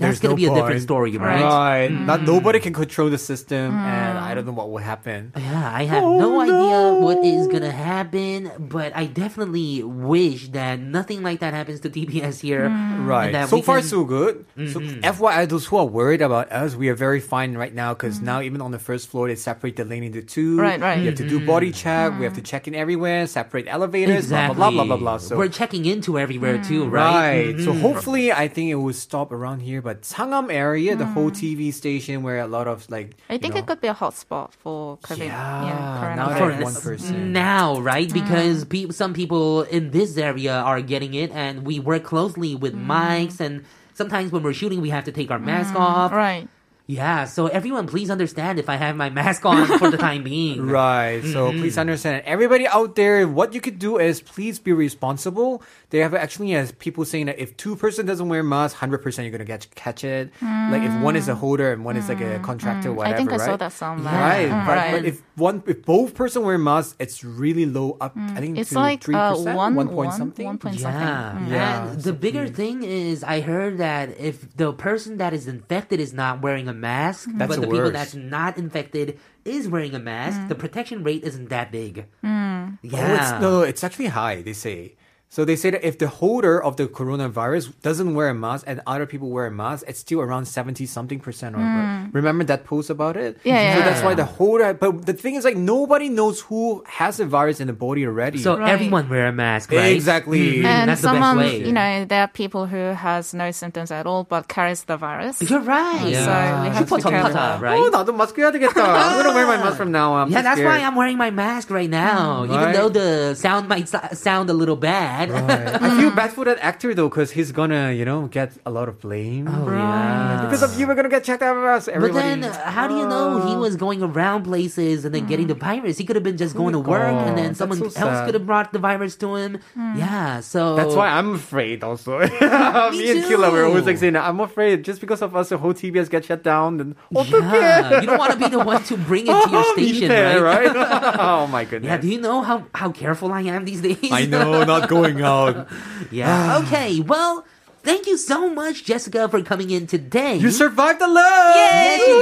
[SPEAKER 2] that's
[SPEAKER 1] There's no
[SPEAKER 2] gonna be a different
[SPEAKER 1] point.
[SPEAKER 2] story, right? Mm-hmm. Mm.
[SPEAKER 5] Right.
[SPEAKER 1] Right. Not nobody can control the system, and I don't know what will happen.
[SPEAKER 2] Yeah, I have no idea what is gonna happen, but I definitely wish that nothing like that happens to TBS here.
[SPEAKER 1] Right.
[SPEAKER 2] and that
[SPEAKER 1] So
[SPEAKER 2] we
[SPEAKER 1] far,
[SPEAKER 2] can- Mm-hmm.
[SPEAKER 1] so good. So, FYI, those who are worried about us, we are very fine right now because now, even on the first floor, they separate the lane into two.
[SPEAKER 5] Right, right.
[SPEAKER 1] You have to do body
[SPEAKER 2] Mm-hmm.
[SPEAKER 1] check. We have to check in everywhere, separate elevators, blah,
[SPEAKER 2] Exactly.
[SPEAKER 1] blah, blah, blah, blah, blah. So,
[SPEAKER 2] We're checking into everywhere
[SPEAKER 1] Hmm.
[SPEAKER 2] too, right?
[SPEAKER 1] Right.
[SPEAKER 2] Mm-hmm.
[SPEAKER 1] So hopefully, I think it will stop around here. But Sangam area, the whole
[SPEAKER 2] Mm-hmm.
[SPEAKER 1] TV station where a lot of like,
[SPEAKER 5] I think
[SPEAKER 1] you
[SPEAKER 5] it could be a hotspot for COVID.
[SPEAKER 1] Yeah,
[SPEAKER 5] Yeah,
[SPEAKER 1] now that
[SPEAKER 5] coronavirus.
[SPEAKER 1] everyone- one person.
[SPEAKER 2] Now, right? Because peop some people in this area are getting it, and we work closely with mics, and sometimes when we're shooting, we have to take our mask off.
[SPEAKER 5] Right.
[SPEAKER 2] Yeah, so everyone, please understand if I have my mask on for the time being.
[SPEAKER 1] Right. So
[SPEAKER 5] Mm-hmm.
[SPEAKER 1] please understand. Everybody out there, what you could do is please be responsible. They have actually as people saying that if two person doesn't wear mask, hundred percent you're gonna catch catch it. Like if one is a holder and one is like a contractor, whatever.
[SPEAKER 5] Mm. I think I
[SPEAKER 1] right?
[SPEAKER 5] saw that somewhere.
[SPEAKER 1] Right,
[SPEAKER 5] Mm,
[SPEAKER 1] but,
[SPEAKER 5] right.
[SPEAKER 1] but if one if both person wear masks, it's really low up. I think
[SPEAKER 5] Mm. it's
[SPEAKER 1] to
[SPEAKER 5] like
[SPEAKER 1] three
[SPEAKER 5] uh,
[SPEAKER 1] percent,
[SPEAKER 5] one,
[SPEAKER 1] one point
[SPEAKER 5] one-
[SPEAKER 1] something.
[SPEAKER 5] one point
[SPEAKER 2] Yeah.
[SPEAKER 5] something. Mm.
[SPEAKER 1] Yeah,
[SPEAKER 2] And the bigger thing is, I heard that if the person that is infected is not wearing a mask,
[SPEAKER 5] Mm-hmm.
[SPEAKER 1] That's
[SPEAKER 2] but
[SPEAKER 1] the
[SPEAKER 2] the people
[SPEAKER 1] worst.
[SPEAKER 2] that's not infected is wearing a mask,
[SPEAKER 5] Mm.
[SPEAKER 2] the protection rate isn't that big.
[SPEAKER 1] Oh, it's,
[SPEAKER 2] Yeah.
[SPEAKER 1] no, no, it's actually high. They say. So they say that if the holder of the coronavirus doesn't wear a mask and other people wear a mask, it's still around seventy something percent. Or
[SPEAKER 2] Hmm.
[SPEAKER 1] remember that post about it? So
[SPEAKER 5] Yeah, yeah,
[SPEAKER 1] that's
[SPEAKER 5] yeah.
[SPEAKER 1] why the holder. But the thing is, like nobody knows who has the virus in the body already.
[SPEAKER 2] So
[SPEAKER 5] Right.
[SPEAKER 2] everyone wear a mask, right?
[SPEAKER 1] Exactly.
[SPEAKER 2] Mm,
[SPEAKER 5] And
[SPEAKER 2] that's
[SPEAKER 5] someone,
[SPEAKER 2] the best way.
[SPEAKER 5] you know, there are people who has no symptoms at all but carries the virus.
[SPEAKER 2] You're right.
[SPEAKER 5] So we have to be
[SPEAKER 2] Photon
[SPEAKER 5] careful.
[SPEAKER 1] oh,
[SPEAKER 2] photon, right?
[SPEAKER 1] 나도 마스크 해야 되겠다. I'm gonna wear my mask from now on. I'm
[SPEAKER 2] Yeah,
[SPEAKER 1] too
[SPEAKER 2] that's why
[SPEAKER 1] scared.
[SPEAKER 2] I'm wearing my mask right now.
[SPEAKER 5] Mm.
[SPEAKER 1] Right.
[SPEAKER 2] Even though the sound might so- sound a little bad. *laughs*
[SPEAKER 1] Right. I
[SPEAKER 2] Mm.
[SPEAKER 1] feel bad for that actor though, because he's gonna, you know, get a lot of blame.
[SPEAKER 2] Oh, yeah.
[SPEAKER 1] Because of you, we're gonna get checked out of us.
[SPEAKER 2] But
[SPEAKER 1] Everybody. "Oh." Mm.
[SPEAKER 2] then, uh, how do you know he was going around places and then getting the virus? He could have been just going to work, and then
[SPEAKER 1] That's
[SPEAKER 2] someone
[SPEAKER 1] so sad.
[SPEAKER 2] else
[SPEAKER 1] Hmm.
[SPEAKER 2] could have brought the virus to him. Yeah, so
[SPEAKER 1] That's why I'm afraid also. *laughs*
[SPEAKER 2] *laughs*
[SPEAKER 1] Me, and Killa were always like
[SPEAKER 2] too.
[SPEAKER 1] saying, that, I'm afraid just because of us, the whole TBS get shut down. oh, And
[SPEAKER 2] yeah, you don't want to be the one to
[SPEAKER 1] *laughs*
[SPEAKER 2] bring it to your station, right?
[SPEAKER 1] oh my goodness.
[SPEAKER 2] *laughs* Yeah, do you know how how careful I am these days?
[SPEAKER 1] I know, not going out.
[SPEAKER 2] *laughs*
[SPEAKER 1] *sighs*
[SPEAKER 2] yeah. okay. Well, thank you so much, Jessica, for coming in
[SPEAKER 1] *laughs*
[SPEAKER 2] today.
[SPEAKER 1] You survived the love!
[SPEAKER 2] Yes, you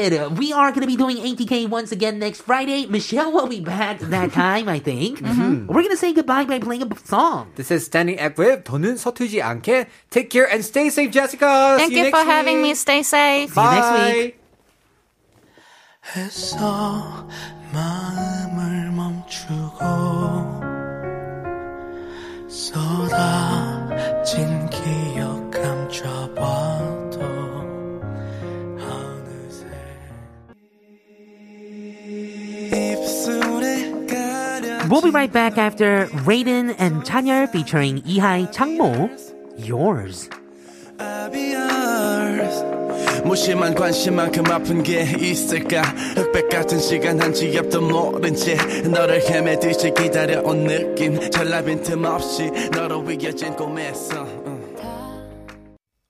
[SPEAKER 2] did. We are going to be doing ATK once again next Friday. Michelle will be back
[SPEAKER 1] *laughs*
[SPEAKER 2] that time, I think.
[SPEAKER 1] Mm-hmm.
[SPEAKER 2] We're going to say goodbye by playing a song.
[SPEAKER 1] This is Standing Up with 더는 서투지 않게. Take care and stay safe, Jessica.
[SPEAKER 5] Thank
[SPEAKER 1] See you
[SPEAKER 5] you
[SPEAKER 1] next
[SPEAKER 5] for having me.
[SPEAKER 1] week.
[SPEAKER 5] Stay safe.
[SPEAKER 2] See you next
[SPEAKER 1] Bye.
[SPEAKER 2] week.
[SPEAKER 7] 애써 마음을 멈추고 쏟아진 기억 감춰봐도 어느새 입술에 가려
[SPEAKER 2] We'll be right back after Raiden and Chanyeol featuring Ihai Changmo. Yours.
[SPEAKER 7] I'll be yours. 무심한 관심만큼 아픈 게 있을까 흑백 같은 시간 한치 앞도 모른 채 너를 헤매듯이 기다려온 느낌 전라빈 틈 없이 너로 위겨진 꿈에서 응.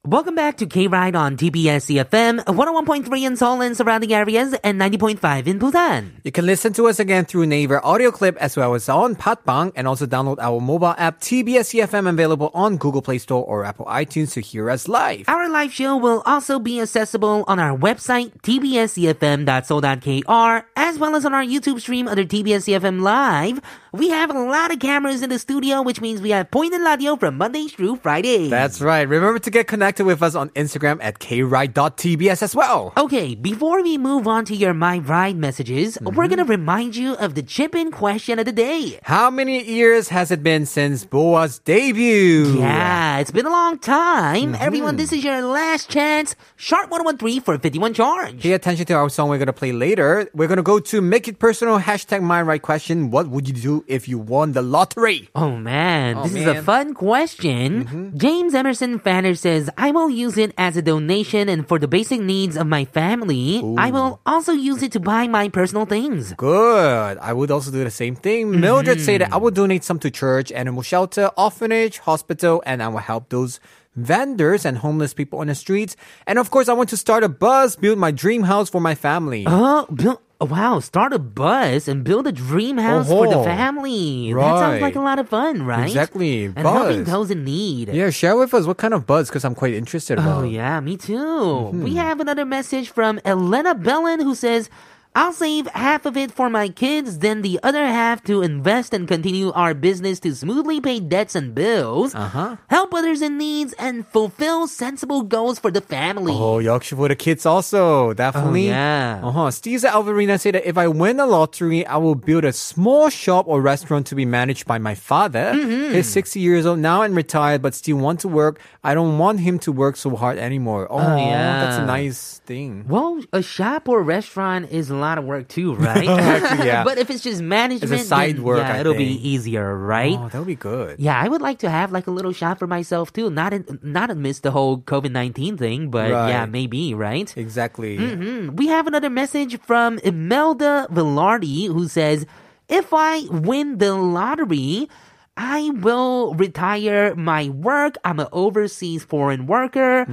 [SPEAKER 2] Welcome back to K-Ride on TBS EFM, 101.3 in Seoul and surrounding areas, and 90.5 in Busan.
[SPEAKER 1] You can listen to us again through Naver audio clip as well as on Patbang and also download our mobile app TBS EFM E available on Google Play Store or Apple iTunes to hear us live.
[SPEAKER 2] Our live show will also be accessible on our website, E tbscfm.so.kr, as well as on our YouTube stream under TBSCFM E Live. We have a lot of cameras in the studio, which means we have Point and Ladio from Mondays through Fridays.
[SPEAKER 1] That's right. Remember to get connected with us on Instagram at kride.tbs as well.
[SPEAKER 2] Okay, before we move on to your My Ride messages, we're gonna remind you of the chip-in question of the day.
[SPEAKER 1] How many years has it been since Boa's debut?
[SPEAKER 2] Yeah, Mm-hmm. it's been a long time. Everyone, this is your last chance. Sharp 1013 for a 51 charge.
[SPEAKER 1] Pay attention to our song we're going to play later. We're going to go to make it personal hashtag my right question. What would you do if you won the lottery?
[SPEAKER 2] Oh man, Mm-hmm. this is a
[SPEAKER 1] man.
[SPEAKER 2] fun question. James Emerson Fanner says, I will use it as a donation and for the basic needs of my family. I will also use it to buy my personal things.
[SPEAKER 1] Good. I would also do the same thing. Mildred said that I
[SPEAKER 2] Mm-hmm.
[SPEAKER 1] will donate some to church, animal shelter, orphanage, hospital, and I will help those vendors and homeless people on the streets. And of course, I want to start a bus, build my dream house for my family.
[SPEAKER 2] Oh, bu- oh, wow, start a buzz and build a dream house for the
[SPEAKER 1] Oho.
[SPEAKER 2] family. That sounds like a
[SPEAKER 1] Right.
[SPEAKER 2] lot of fun, right?
[SPEAKER 1] Exactly,
[SPEAKER 2] And helping
[SPEAKER 1] buzz.
[SPEAKER 2] those in need.
[SPEAKER 1] Yeah, share with us what kind of buzz, because I'm quite interested about.
[SPEAKER 2] Oh, yeah, me too.
[SPEAKER 1] Mm-hmm.
[SPEAKER 2] We have another message from Elena Bellin who says, I'll save half of it for my kids, then the other half to invest and continue our business to smoothly pay debts and bills, uh-huh. help others in needs, and fulfill sensible goals for the family.
[SPEAKER 1] Oh, 역시 for the kids also, definitely.
[SPEAKER 2] Oh, yeah.
[SPEAKER 1] Uh-huh. Steve Alvarina said that if I win the lottery, I will build a small shop or restaurant to be managed by my father. He's 60 years old now and retired, but still want to work. I don't want him to work so hard anymore. Oh,
[SPEAKER 2] yeah.
[SPEAKER 1] That's a nice thing.
[SPEAKER 2] Well, a shop or restaurant is a lot of work too, *laughs*
[SPEAKER 1] *laughs*
[SPEAKER 2] right?
[SPEAKER 1] Actually, yeah.
[SPEAKER 2] but if it's just management,
[SPEAKER 1] side
[SPEAKER 2] then,
[SPEAKER 1] work,
[SPEAKER 2] yeah,
[SPEAKER 1] I
[SPEAKER 2] it'll
[SPEAKER 1] think.
[SPEAKER 2] be easier, right?
[SPEAKER 1] Oh, that would be good.
[SPEAKER 2] Yeah, I would like to have like a little shop for myself too. Not in, not amidst the whole COVID nineteen thing, but yeah,
[SPEAKER 1] Right.
[SPEAKER 2] maybe right.
[SPEAKER 1] Exactly.
[SPEAKER 2] We have another message from Imelda Velarde who says, "If I win the lottery." I will retire my work. I'm an overseas foreign worker.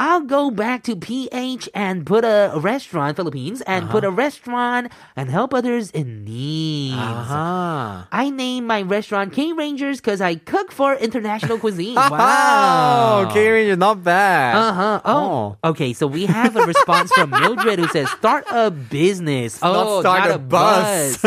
[SPEAKER 2] I'll go back to PH and put a restaurant, Philippines, and put a restaurant and help others in need.
[SPEAKER 1] Ah.
[SPEAKER 2] I name my restaurant K Rangers because I cook for international
[SPEAKER 1] *laughs*
[SPEAKER 2] cuisine.
[SPEAKER 1] Wow. Okay, Ranger, not bad.
[SPEAKER 2] Uh huh. Oh. Okay, so we
[SPEAKER 1] *laughs*
[SPEAKER 2] have a response from Mildred who says, start a business. oh,
[SPEAKER 1] start
[SPEAKER 2] not
[SPEAKER 1] a
[SPEAKER 2] a, bus.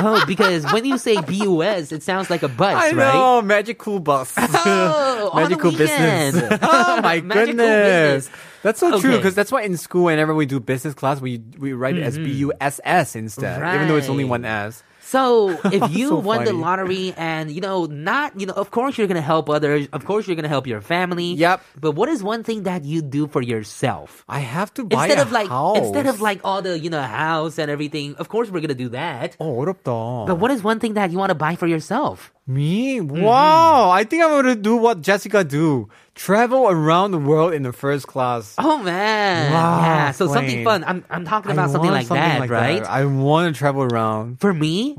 [SPEAKER 2] oh, because when you say BUS, it sounds like a bus,
[SPEAKER 1] I
[SPEAKER 2] right?
[SPEAKER 1] know, magic cool bus.
[SPEAKER 2] *laughs* Oh, on the
[SPEAKER 1] magical business.
[SPEAKER 2] weekend.
[SPEAKER 1] *laughs* oh my
[SPEAKER 2] *laughs* Magical
[SPEAKER 1] goodness.
[SPEAKER 2] business.
[SPEAKER 1] That's so true
[SPEAKER 2] Okay.
[SPEAKER 1] because that's why in school, whenever we do business class, we we write it as B U S S instead, even though it's only
[SPEAKER 2] Mm-hmm. Right.
[SPEAKER 1] one S. *laughs*
[SPEAKER 2] So if you
[SPEAKER 1] So
[SPEAKER 2] won the
[SPEAKER 1] funny.
[SPEAKER 2] lottery and you know not you know of course you're gonna help others of course you're gonna help your family
[SPEAKER 1] Yep.
[SPEAKER 2] but what is one thing that you do for yourself
[SPEAKER 1] I have to buy a
[SPEAKER 2] instead of like
[SPEAKER 1] house.
[SPEAKER 2] instead of like all the you know house and everything of course we're gonna do that
[SPEAKER 1] Oh, 어렵다.
[SPEAKER 2] but what is one Mm-hmm. thing that you want to buy for yourself
[SPEAKER 1] Me? Wow! I think I'm gonna do what Jessica do: travel around the world in the first class.
[SPEAKER 2] Oh man!
[SPEAKER 1] Wow,
[SPEAKER 2] yeah, so something
[SPEAKER 1] Dwayne.
[SPEAKER 2] fun. I'm I'm
[SPEAKER 1] I
[SPEAKER 2] talking about something
[SPEAKER 1] want
[SPEAKER 2] like that, Uh-huh. right?
[SPEAKER 1] I want to travel around. *gasps*
[SPEAKER 2] For me,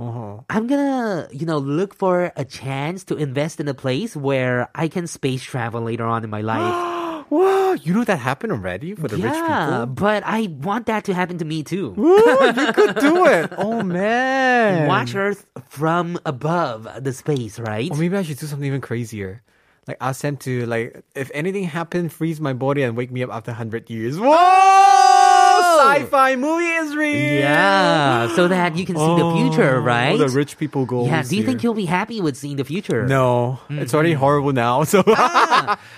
[SPEAKER 2] I'm gonna you know look for a chance to invest in a place where I can space travel later on in my *gasps* life.
[SPEAKER 1] Wow! You know that happened already for the rich people.
[SPEAKER 2] yeah, but I want that to happen to me too.
[SPEAKER 1] Ooh, you could do it. Oh man.
[SPEAKER 2] Watch Earth from above the space, right?
[SPEAKER 1] Or maybe I should do something even crazier. Like ask them to like if anything happened, freeze my body and wake me up after hundred years. Whoa! Oh! Sci-fi movie is real.
[SPEAKER 2] yeah, so that you can see the future,
[SPEAKER 1] Oh,
[SPEAKER 2] right?
[SPEAKER 1] The rich people goals.
[SPEAKER 2] yeah. Do you
[SPEAKER 1] here.
[SPEAKER 2] think Mm-hmm. you'll be happy with seeing the future?
[SPEAKER 1] No, it's already horrible now. *laughs* So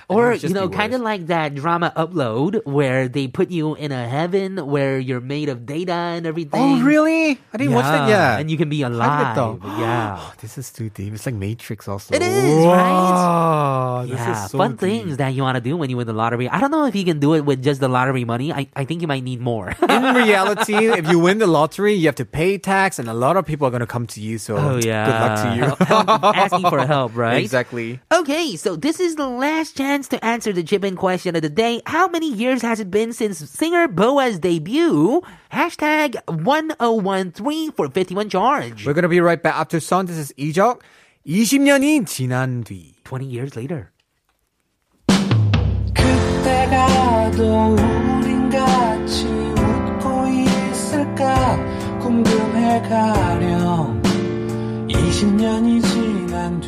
[SPEAKER 2] Or
[SPEAKER 1] It'd
[SPEAKER 2] you
[SPEAKER 1] just
[SPEAKER 2] know,
[SPEAKER 1] be
[SPEAKER 2] kind of
[SPEAKER 1] worse.
[SPEAKER 2] like that drama upload where they put you in a heaven where you're made of data and
[SPEAKER 1] oh
[SPEAKER 2] everything.
[SPEAKER 1] really? I didn't watch that yet.
[SPEAKER 2] and you can be alive. yeah.
[SPEAKER 1] this is too deep. It's like Matrix also.
[SPEAKER 2] It is,
[SPEAKER 1] wow. *gasps*
[SPEAKER 2] right?
[SPEAKER 1] This
[SPEAKER 2] yeah,
[SPEAKER 1] is so
[SPEAKER 2] fun
[SPEAKER 1] deep.
[SPEAKER 2] things that you want to do when you win the lottery. I don't know if you can do it with just the lottery money. I, I think you might need more. *laughs*
[SPEAKER 1] in reality, if you win the lottery, you have to pay tax, and a lot of people are going to come to you. So,
[SPEAKER 2] Oh,
[SPEAKER 1] good luck to you.
[SPEAKER 2] *laughs* Help- help- asking for
[SPEAKER 1] *laughs*
[SPEAKER 2] help, right?
[SPEAKER 1] Exactly.
[SPEAKER 2] Okay, so this is the last chance to answer the chip in question of the day. How many years has it been since singer Boa's debut? Hashtag 1013 for 51 charge.
[SPEAKER 1] We're going to be right back after song. This is 이적 20년이 지난 뒤.
[SPEAKER 2] 20 years later.
[SPEAKER 8] 그때가도 우린 같이 웃고 있을까 궁금해 가령 20년이 지난 뒤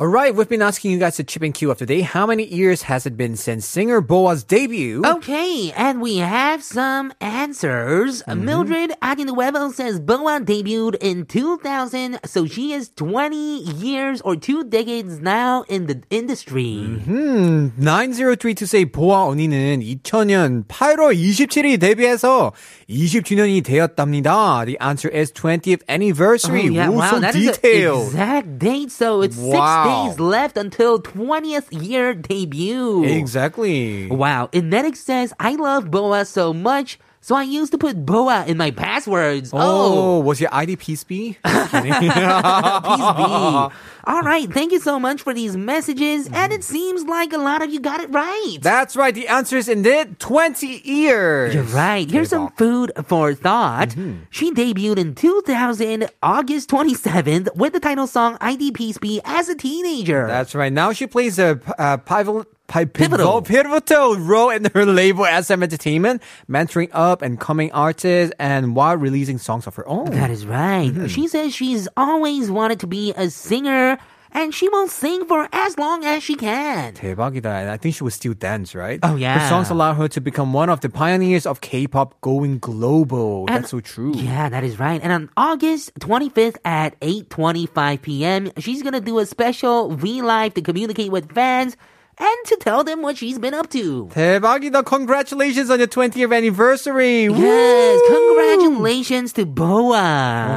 [SPEAKER 1] All right, we've been asking you guys to chip and queue up today. How many years has it been since singer Boa's debut?
[SPEAKER 2] Okay, and we have some answers. Mildred Adinuevo says Boa debuted in 2000, so she is 20 years or two decades now in the industry.
[SPEAKER 1] 9032say 보아 언니는 2000년 8월 27일 데뷔해서 20주년이 되었답니다. The answer is 20th anniversary. Ooh, so
[SPEAKER 2] Oh, that is
[SPEAKER 1] detailed.
[SPEAKER 2] an exact date. So it's
[SPEAKER 1] Wow.
[SPEAKER 2] six days left until 20th year debut.
[SPEAKER 1] Exactly.
[SPEAKER 2] Wow. Inetic says, I love Boa so much, so I used to put Boa in my passwords.
[SPEAKER 1] Oh, was your ID PSP?
[SPEAKER 2] Please be. All right. Thank you so much for these messages. And
[SPEAKER 1] Mm-hmm.
[SPEAKER 2] it seems like a lot of you got it right.
[SPEAKER 1] *laughs* That's right. The answer is indeed 20 years.
[SPEAKER 2] You're right. Here's some food for thought.
[SPEAKER 1] Mm-hmm.
[SPEAKER 2] She debuted in 2000, August 27th, with the title song IDPSB as a teenager.
[SPEAKER 1] That's right. Now she plays a uh, pivotal, by
[SPEAKER 2] Pivotal.
[SPEAKER 1] Pivotal. Pivotal Row and her label SM Entertainment, mentoring up and coming artists and while releasing songs of her own.
[SPEAKER 2] That is right.
[SPEAKER 1] Mm-hmm.
[SPEAKER 2] She says she's always wanted to be a singer and she will sing for as long as she can.
[SPEAKER 1] 대박이다. And I think she would still dance, right?
[SPEAKER 2] Oh, yeah.
[SPEAKER 1] Her songs allowed her to become one of the pioneers of K-pop going global.
[SPEAKER 2] And-
[SPEAKER 1] That's so true.
[SPEAKER 2] Yeah, that is right. And on August 25th at 8:25 p.m., she's going to do a special V Live to communicate with fans and to tell them what she's been up to.
[SPEAKER 1] 대박이다. Congratulations on your 20th anniversary.
[SPEAKER 2] Yes, congratulations to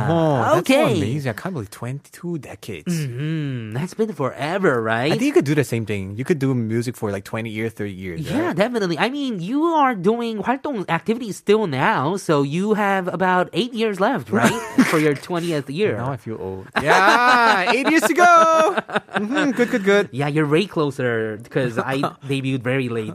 [SPEAKER 2] Boa.
[SPEAKER 1] Oh,
[SPEAKER 2] okay.
[SPEAKER 1] That's so amazing. I can't believe 22 decades.
[SPEAKER 2] Mm, that's been forever, right?
[SPEAKER 1] I think you could do the same thing. You could do music for like 20 years, 30 years.
[SPEAKER 2] Yeah,
[SPEAKER 1] right?
[SPEAKER 2] definitely. I mean, you are doing 활동 activities still now, so you have about eight years
[SPEAKER 1] *laughs*
[SPEAKER 2] left, right? For your 20th year.
[SPEAKER 1] Now *laughs* I feel old. *laughs* Yeah, eight years to go. Mhm, good, good, good.
[SPEAKER 2] yeah, you're way closer
[SPEAKER 1] *laughs*
[SPEAKER 2] because I debuted very late.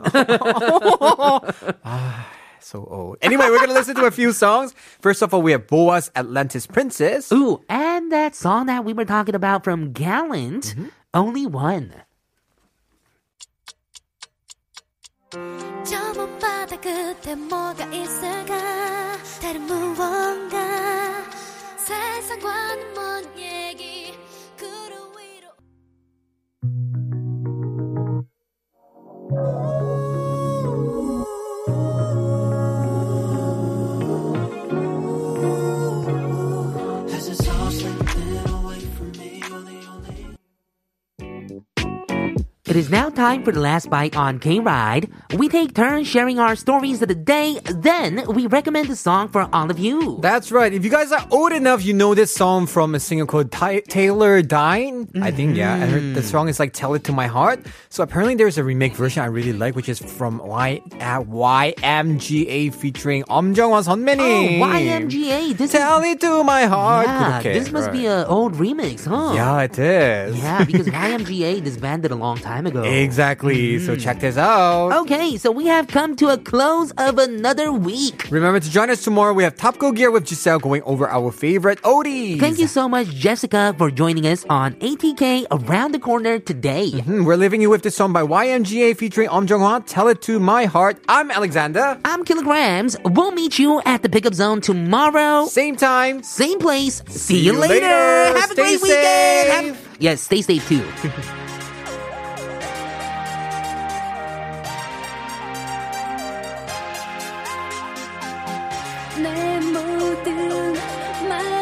[SPEAKER 1] So old. Anyway, we're gonna listen to a few songs. First of all, we have Boa's Atlantis Princess.
[SPEAKER 2] Ooh, and that song that we were talking about from Gallant,
[SPEAKER 1] Mm-hmm.
[SPEAKER 2] Only One.
[SPEAKER 3] 저 못 바다 끝에 뭐가 있을까 다른 무언가 세상과는 먼 얘기 그루 위로
[SPEAKER 2] It is now time for the last bite on K Ride. We take turns sharing our stories of the day, then we recommend a song for all of you.
[SPEAKER 1] That's right. If you guys are old enough, you know this song from a singer called Ty- Taylor Dine. I think, yeah. I heard the song is like Tell It to My Heart. So apparently there's a remake version I really like, which is from y- uh, YMGA featuring Om Jung Hwan
[SPEAKER 2] oh,
[SPEAKER 1] Sunmini.
[SPEAKER 2] YMGA. This is
[SPEAKER 1] Tell It to My Heart.
[SPEAKER 2] Yeah,
[SPEAKER 1] 그렇게,
[SPEAKER 2] this must be
[SPEAKER 1] right.
[SPEAKER 2] an old remix, huh?
[SPEAKER 1] Yeah, it is.
[SPEAKER 2] Yeah, because YMGA disbanded a long time ago.
[SPEAKER 1] Exactly.
[SPEAKER 2] Mm.
[SPEAKER 1] So check this out.
[SPEAKER 2] Okay, so we have come to a close of another week.
[SPEAKER 1] Remember to join us tomorrow. We have Top Go Gear with Giselle going over our favorite Odie.
[SPEAKER 2] Thank you so much, Jessica, for joining us on ATK Around the Corner today.
[SPEAKER 1] We're leaving you with this song by YMGA featuring Om Jung Hwan. Tell it to my heart. I'm Alexander.
[SPEAKER 2] I'm Kilograms. We'll meet you at the pickup zone tomorrow.
[SPEAKER 1] Same time.
[SPEAKER 2] Same place. See, you
[SPEAKER 1] you
[SPEAKER 2] later.
[SPEAKER 1] later.
[SPEAKER 2] Have
[SPEAKER 1] Stay
[SPEAKER 2] a great weekend. Have-
[SPEAKER 1] safe.
[SPEAKER 2] yes, stay safe too.
[SPEAKER 3] 내 모든 말